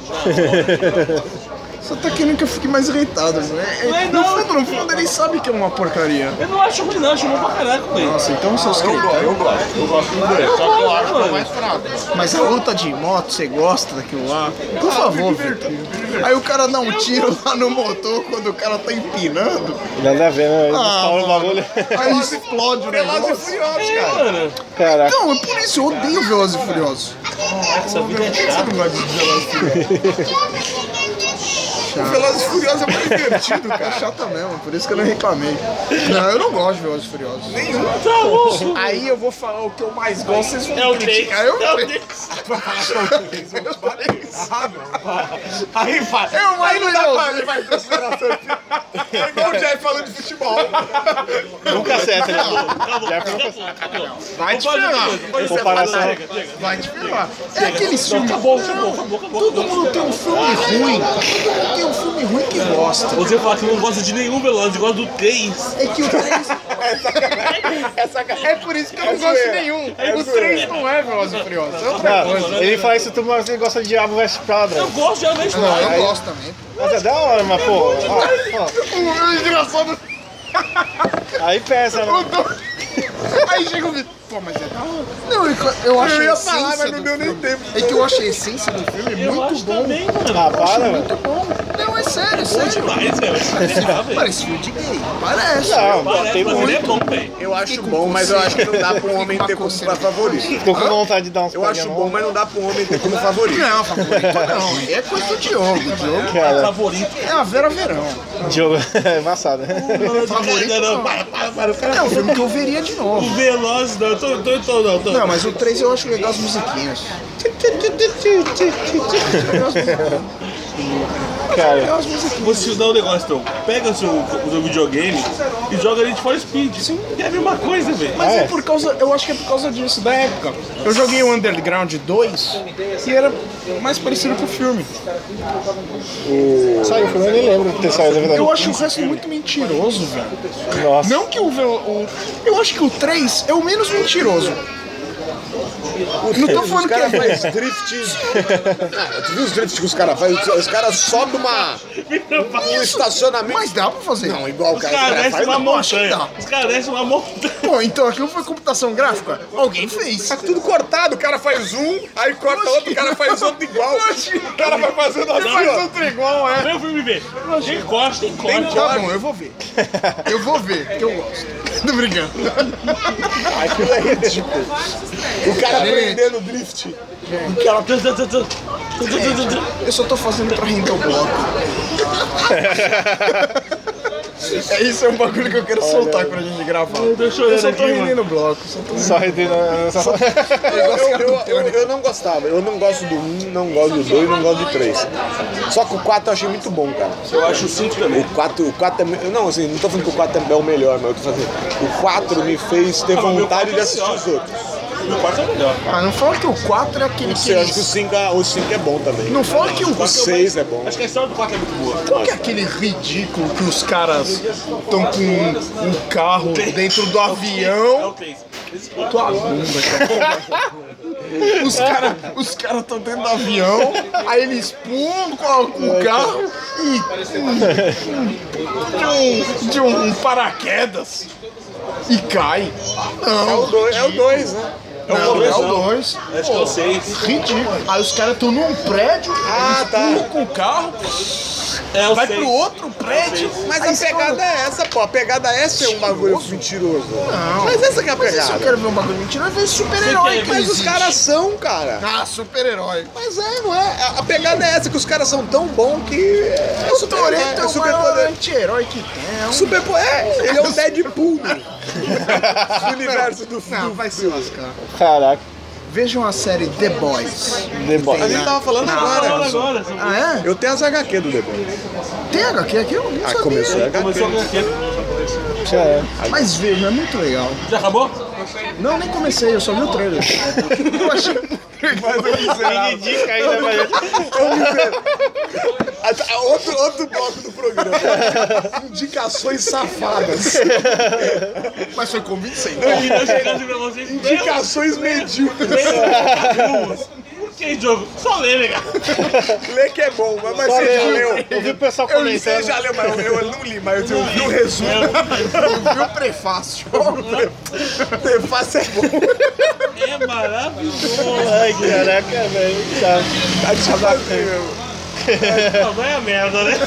[SPEAKER 3] Só tá querendo que eu fique mais irritado, né? É,
[SPEAKER 1] Mas
[SPEAKER 3] no
[SPEAKER 1] não.
[SPEAKER 3] fundo, no fundo, ele sabe que é uma porcaria.
[SPEAKER 1] Eu não acho ruim, não. Acho bom pra caraca, velho.
[SPEAKER 3] Nossa, então
[SPEAKER 1] Ah,
[SPEAKER 3] seus
[SPEAKER 4] eu gosto, eu gosto. Eu gosto dos dois, só que eu acho que é o mais fraco.
[SPEAKER 3] Mas a luta de moto, você gosta daquilo lá? Por
[SPEAKER 1] Ah,
[SPEAKER 3] favor, Vitor. Aí o cara dá um tiro lá no motor quando o cara tá empinando.
[SPEAKER 5] Nada a ver, né?
[SPEAKER 4] Ah,
[SPEAKER 5] Eles instalam
[SPEAKER 3] mano.
[SPEAKER 5] o bagulho. *laughs*
[SPEAKER 3] Aí explode o
[SPEAKER 4] Velozes
[SPEAKER 3] negócio.
[SPEAKER 4] e Furiosos, cara.
[SPEAKER 1] Mano,
[SPEAKER 5] Caraca.
[SPEAKER 3] Não, é por isso, eu odeio Velozes e Furiosos.
[SPEAKER 1] essa vida é
[SPEAKER 3] Você
[SPEAKER 1] chata.
[SPEAKER 3] não gosta de Velozes e Furiosos?
[SPEAKER 4] Velozes e Furiosos é mais divertido,
[SPEAKER 3] É
[SPEAKER 4] cara.
[SPEAKER 3] chata mesmo, por isso que eu não reclamei. Não, eu não gosto de Velozes e Furiosos.
[SPEAKER 1] Tá louco.
[SPEAKER 4] Aí eu vou falar o que eu mais gosto, vocês vão
[SPEAKER 1] É o Dex.
[SPEAKER 3] Aí eu
[SPEAKER 1] É o
[SPEAKER 3] falei,
[SPEAKER 1] Dex.
[SPEAKER 4] Aí vai.
[SPEAKER 3] É o mais
[SPEAKER 4] Aí não dá
[SPEAKER 3] legal.
[SPEAKER 4] pra levar em consideração. É igual o Jeff falando de futebol.
[SPEAKER 5] Nunca acerta, né?
[SPEAKER 1] Acabou. Acabou.
[SPEAKER 3] vai te
[SPEAKER 1] Pode
[SPEAKER 3] ferrar,
[SPEAKER 1] coisa, pode ser.
[SPEAKER 5] Comparação.
[SPEAKER 1] Chega, chega.
[SPEAKER 3] vai te ferrar. É aqueles filmes.
[SPEAKER 1] Acabou, acabou, acabou, acabou.
[SPEAKER 3] Todo mundo tem um filme ruim. Todo mundo tem um filme ruim que gosta.
[SPEAKER 1] Você fala que não gosta de nenhum Velozes, gosta do 3.
[SPEAKER 3] É que o 3
[SPEAKER 7] É por isso que eu não gosto de nenhum. o 3 não é Velozes e Furiosos. É outra coisa.
[SPEAKER 5] Não, ele fala isso tudo, mas ele gosta de Diabo vs Prada.
[SPEAKER 1] Eu gosto de Aves
[SPEAKER 3] eu
[SPEAKER 1] Prada.
[SPEAKER 3] gosto também.
[SPEAKER 5] Mas é da hora, mas pô. ó,
[SPEAKER 7] O engraçado
[SPEAKER 5] ó, aí pesa, né?
[SPEAKER 7] Aí chega o Vitor. Pô, mas é da hora.
[SPEAKER 3] Não, eu, eu acho a essência
[SPEAKER 7] mas
[SPEAKER 3] do
[SPEAKER 7] não deu nem
[SPEAKER 3] filme-
[SPEAKER 7] tempo.
[SPEAKER 3] É que eu acho a essência do filme
[SPEAKER 1] Eu
[SPEAKER 3] muito
[SPEAKER 1] acho
[SPEAKER 3] bom.
[SPEAKER 1] também, mano.
[SPEAKER 5] Ah, para, velho.
[SPEAKER 3] Não, é sério, é
[SPEAKER 1] Bom
[SPEAKER 3] sério.
[SPEAKER 1] demais, velho. Ah, velho.
[SPEAKER 3] Parece filme de gay. Parece.
[SPEAKER 5] Não,
[SPEAKER 1] Parece,
[SPEAKER 5] tem
[SPEAKER 1] mas ele
[SPEAKER 5] muito.
[SPEAKER 1] é bom, velho.
[SPEAKER 4] Eu acho bom, mas eu acho que não dá pra um homem ter como favorito.
[SPEAKER 5] Tô com vontade de dar uns
[SPEAKER 4] Eu acho
[SPEAKER 5] peguinhos,
[SPEAKER 4] bom, mas não dá pra um homem ter como favorito.
[SPEAKER 3] Não, favorito não. Aí É coisa do Diogo. O Diogo
[SPEAKER 5] Cara, *laughs*
[SPEAKER 1] Favorito.
[SPEAKER 3] é a Vera Verão.
[SPEAKER 5] Diogo é embaçado, né?
[SPEAKER 1] Não, não, para, para, para. O cara
[SPEAKER 3] É um filme que eu veria de novo.
[SPEAKER 1] O Veloz, não, eu tô, tô, tô, não, tô.
[SPEAKER 3] Não, mas o 3 eu acho legal as musiquinhas.
[SPEAKER 5] Cara,
[SPEAKER 3] Legal as musiquinhas.
[SPEAKER 1] Você dá um negócio, então. Pega o seu, o seu videogame e joga ele de For Speed. Sim. É a mesma coisa, velho.
[SPEAKER 3] Mas
[SPEAKER 5] Ah,
[SPEAKER 3] é
[SPEAKER 5] é?
[SPEAKER 3] por causa, eu acho que é por causa disso, da época. Eu joguei o Underground 2 e era mais parecido com o filme.
[SPEAKER 5] saiu o filme, eu nem lembro de ter saído da
[SPEAKER 3] Eu
[SPEAKER 5] verdade.
[SPEAKER 3] acho o resto muito mentiroso, velho.
[SPEAKER 5] Nossa,
[SPEAKER 3] Não que o, ve- o. Eu acho que o 3 é o menos mentiroso. Não tô falando que é mais.
[SPEAKER 4] drift. Ah, tu viu os drifts que os caras fazem? Os- Os caras sobem uma. Um estacionamento.
[SPEAKER 3] Mas é dá pra fazer.
[SPEAKER 4] Não, igual o
[SPEAKER 1] Os
[SPEAKER 4] cara. os
[SPEAKER 1] caras
[SPEAKER 4] cara
[SPEAKER 1] descem
[SPEAKER 4] faz,
[SPEAKER 1] uma
[SPEAKER 4] não.
[SPEAKER 1] montanha.
[SPEAKER 3] dá.
[SPEAKER 1] Os caras descem uma montanha.
[SPEAKER 3] Pô, então aquilo foi computação gráfica? Alguém fez.
[SPEAKER 4] Tá tudo cortado, o cara faz um, aí corta outro, o cara faz outro igual. O cara vai fazendo assim, ó.
[SPEAKER 7] igual, é.
[SPEAKER 1] Vem o filme ver. Encosta, encosta.
[SPEAKER 3] Tá bom, eu vou ver. Eu vou ver, porque eu gosto. *laughs* Tô brincando.
[SPEAKER 4] Aquilo é ridículo. O cara aprendendo drift.
[SPEAKER 3] Eu só tô fazendo pra render o bloco. É isso, é um bagulho que eu quero soltar quando a gente gravar. Eu
[SPEAKER 1] Tô chorando
[SPEAKER 3] só tô
[SPEAKER 1] aqui, mano.
[SPEAKER 3] rendendo o bloco. Só tô...
[SPEAKER 5] só rendendo essa.
[SPEAKER 4] Eu, eu- eu- eu não gostava, eu não gosto do 1, não gosto do 2, não gosto do 3. Só que o 4 eu achei muito bom, cara.
[SPEAKER 1] Eu acho o 5 também.
[SPEAKER 4] O 4, o 4 é. me- Não, assim, não tô falando que o 4 é o melhor, mas eu tô fazendo. O 4 me fez ter vontade de assistir os outros.
[SPEAKER 1] Meu quarto é melhor.
[SPEAKER 3] Ah, não fala que o 4 é aquele que.
[SPEAKER 4] Eu acho que o
[SPEAKER 3] eles-
[SPEAKER 4] 5 é, o 5 é bom também.
[SPEAKER 3] Não fala que o.
[SPEAKER 4] O 6 é bom.
[SPEAKER 1] Acho que a história do quarto é muito boa.
[SPEAKER 3] Qual que é aquele ridículo que os caras estão com um, um carro dentro do
[SPEAKER 1] É o
[SPEAKER 3] avião?
[SPEAKER 1] 3.
[SPEAKER 3] Tua bunda, cara. Os caras os cara estão dentro do avião, aí eles pulam com, a- com o carro e. de um, de um paraquedas e cai.
[SPEAKER 4] É o
[SPEAKER 3] Não,
[SPEAKER 4] 2, é o 2, né?
[SPEAKER 3] não, é o 2.
[SPEAKER 1] Acho que é o 6.
[SPEAKER 3] Ridículo. Aí os caras estão num prédio,
[SPEAKER 4] Ah, tá.
[SPEAKER 3] pulam com o carro
[SPEAKER 1] É, eu
[SPEAKER 11] vai
[SPEAKER 1] sei.
[SPEAKER 11] pro outro prédio, mas
[SPEAKER 4] Mas a pegada é essa, pô. A pegada é ser um bagulho mentiroso. Mas essa que é a
[SPEAKER 3] Mas isso eu
[SPEAKER 4] pegada.
[SPEAKER 3] quero ver um bagulho mentira, eu vejo super-herói, que
[SPEAKER 4] Mas os
[SPEAKER 3] existe.
[SPEAKER 4] caras são, cara.
[SPEAKER 3] Ah, super-herói.
[SPEAKER 4] Mas é, não é? A- A pegada é essa, que os caras são tão bons que. É
[SPEAKER 3] O Toreto é o
[SPEAKER 4] super
[SPEAKER 3] maior
[SPEAKER 4] poder.
[SPEAKER 3] anti-herói que tem. é um-
[SPEAKER 4] Super poder. É, ele é *laughs* o Deadpool né? do *laughs* universo do
[SPEAKER 3] Não,
[SPEAKER 4] filme.
[SPEAKER 3] vai se lascar.
[SPEAKER 5] Caraca.
[SPEAKER 3] Vejam a série The Boys.
[SPEAKER 5] The Boys.
[SPEAKER 4] A gente tava falando
[SPEAKER 1] Fala
[SPEAKER 4] agora.
[SPEAKER 1] Tá agora.
[SPEAKER 3] Ah, é?
[SPEAKER 4] Eu tenho as HQ do The Boys.
[SPEAKER 3] Tem HQ aqui? Eu não sabia.
[SPEAKER 4] começou Ah, a
[SPEAKER 1] Começou a
[SPEAKER 4] HQ.
[SPEAKER 1] acontecer.
[SPEAKER 3] Mas vejam, é muito legal.
[SPEAKER 1] Já acabou?
[SPEAKER 3] Não, nem comecei, eu só vi o trailer. eu achei...
[SPEAKER 5] dica ainda, mas...
[SPEAKER 4] Ah, ah, Outro, outro bloco do programa. Indicações safadas.
[SPEAKER 3] Mas foi convincente.
[SPEAKER 1] Eu queria chegar assim pra vocês.
[SPEAKER 4] Indicações medíocres.
[SPEAKER 1] Por que jogo? Só lê, né, legal.
[SPEAKER 4] Lê que é bom, mas, mas
[SPEAKER 5] Só
[SPEAKER 4] você já
[SPEAKER 5] leu.
[SPEAKER 4] leu.
[SPEAKER 5] Eu vi o pessoal
[SPEAKER 4] Eu li, você
[SPEAKER 5] comentando.
[SPEAKER 4] já leu, mas eu, eu não li, mas eu, eu vi o resumo. Eu vi o prefácio. *laughs* O prefácio é bom.
[SPEAKER 1] É maravilhoso.
[SPEAKER 5] Ai, caraca, velho. Tá.
[SPEAKER 4] Tá de sacanagem mesmo.
[SPEAKER 1] Não, vai a merda, né?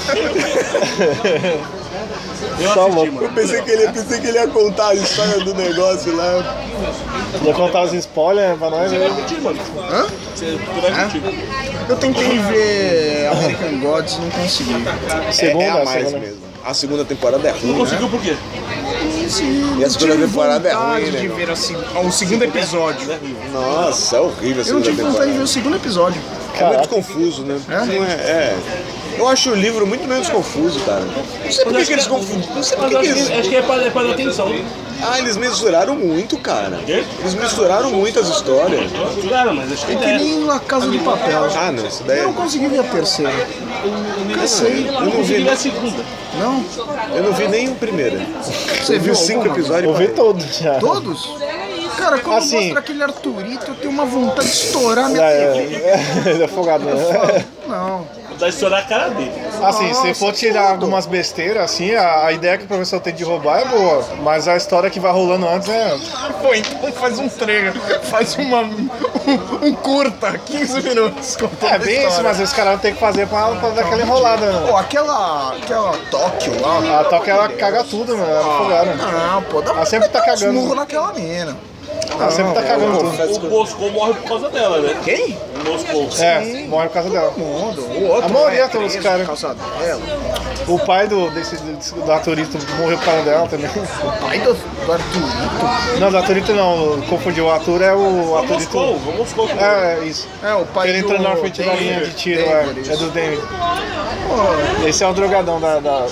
[SPEAKER 5] Só louco.
[SPEAKER 4] Eu pensei que, ele, pensei que ele ia contar a história do negócio lá.
[SPEAKER 5] Ia contar os spoilers pra nós. né?
[SPEAKER 4] É,
[SPEAKER 3] Eu tentei ver American Gods, não consegui.
[SPEAKER 5] Segunda,
[SPEAKER 4] é a mais
[SPEAKER 5] né? segunda.
[SPEAKER 4] mesmo. A segunda temporada é
[SPEAKER 1] Não
[SPEAKER 4] ruim.
[SPEAKER 1] conseguiu por quê?
[SPEAKER 4] E a segunda temporada é ruim,
[SPEAKER 3] de
[SPEAKER 4] né?
[SPEAKER 3] ver assim, o segundo episódio.
[SPEAKER 4] Nossa, é horrível a
[SPEAKER 3] Eu não
[SPEAKER 4] segunda
[SPEAKER 3] tive
[SPEAKER 4] temporada.
[SPEAKER 3] vontade de ver o segundo episódio.
[SPEAKER 4] É muito confuso, né? Não é, é. Eu acho o livro muito menos confuso, cara. Não sei por que, que eles confundem. Não sei por
[SPEAKER 1] Mas
[SPEAKER 4] que,
[SPEAKER 1] eu
[SPEAKER 4] que
[SPEAKER 1] acho, que,
[SPEAKER 4] eles.
[SPEAKER 1] acho que é pra, é pra dar atenção.
[SPEAKER 4] Ah, eles misturaram muito, cara. Eles misturaram muito as histórias.
[SPEAKER 1] Cara, mas acho que
[SPEAKER 3] Que
[SPEAKER 1] é.
[SPEAKER 3] nem La Casa de Papel.
[SPEAKER 4] Ah, não, isso daí.
[SPEAKER 3] Eu não consegui ver a terceira. Cansei.
[SPEAKER 1] Eu não vi né? é a segunda.
[SPEAKER 3] Não?
[SPEAKER 4] Eu não vi nem o primeiro.
[SPEAKER 3] Você
[SPEAKER 4] Vi
[SPEAKER 3] viu
[SPEAKER 4] os cinco
[SPEAKER 3] alguma?
[SPEAKER 4] episódios. e
[SPEAKER 5] Eu vi
[SPEAKER 4] parei.
[SPEAKER 5] todos já.
[SPEAKER 3] Todos? Cara, quando
[SPEAKER 5] Assim.
[SPEAKER 3] mostra aquele Arturito, eu tenho uma vontade de estourar minha
[SPEAKER 5] Ah,
[SPEAKER 3] TV.
[SPEAKER 5] é, é afogado, né?
[SPEAKER 3] Não.
[SPEAKER 1] Vai estourar a cara dele.
[SPEAKER 5] Assim, se for tirar algumas besteiras, assim, a, a ideia que o professor tem de roubar é boa, mas a história que vai rolando antes é.
[SPEAKER 3] Pô, então faz um trailer. Faz uma, um, um curta, 15 minutos.
[SPEAKER 5] É bem isso, mas os caras têm que fazer pra, pra dar aquela enrolada, né?
[SPEAKER 3] Pô, aquela, aquela Tóquio lá.
[SPEAKER 5] A Toca ela caga tudo, mano. Ela é afogada. né?
[SPEAKER 3] Não, pô, dá pra
[SPEAKER 5] sempre tá
[SPEAKER 3] dar uns
[SPEAKER 5] cagando.
[SPEAKER 3] murros naquela mina.
[SPEAKER 5] Ela sempre
[SPEAKER 3] é
[SPEAKER 5] tá cagando tudo.
[SPEAKER 1] O Moscou morre por causa dela, né?
[SPEAKER 3] Quem?
[SPEAKER 1] O Moscou.
[SPEAKER 5] É, morre por causa dela.
[SPEAKER 3] Mundo. O outro É,
[SPEAKER 5] A maioria
[SPEAKER 3] lá é
[SPEAKER 5] todos os
[SPEAKER 3] preso,
[SPEAKER 5] caras.
[SPEAKER 3] calça dela.
[SPEAKER 5] O pai do, desse, desse- do Arturito morreu por causa dela também.
[SPEAKER 3] Pai do, do Arturito.
[SPEAKER 5] Não, do Arturito não, confundiu. O Arthur é o
[SPEAKER 1] O Moscou,
[SPEAKER 5] Arturito.
[SPEAKER 1] o Moscou.
[SPEAKER 5] É, isso.
[SPEAKER 3] É, o pai
[SPEAKER 5] Ele
[SPEAKER 3] do...
[SPEAKER 5] entra na frente da linha de tiro, é,
[SPEAKER 3] Denver,
[SPEAKER 5] é
[SPEAKER 3] isso.
[SPEAKER 5] do Denver. Esse é o drogadão da. da...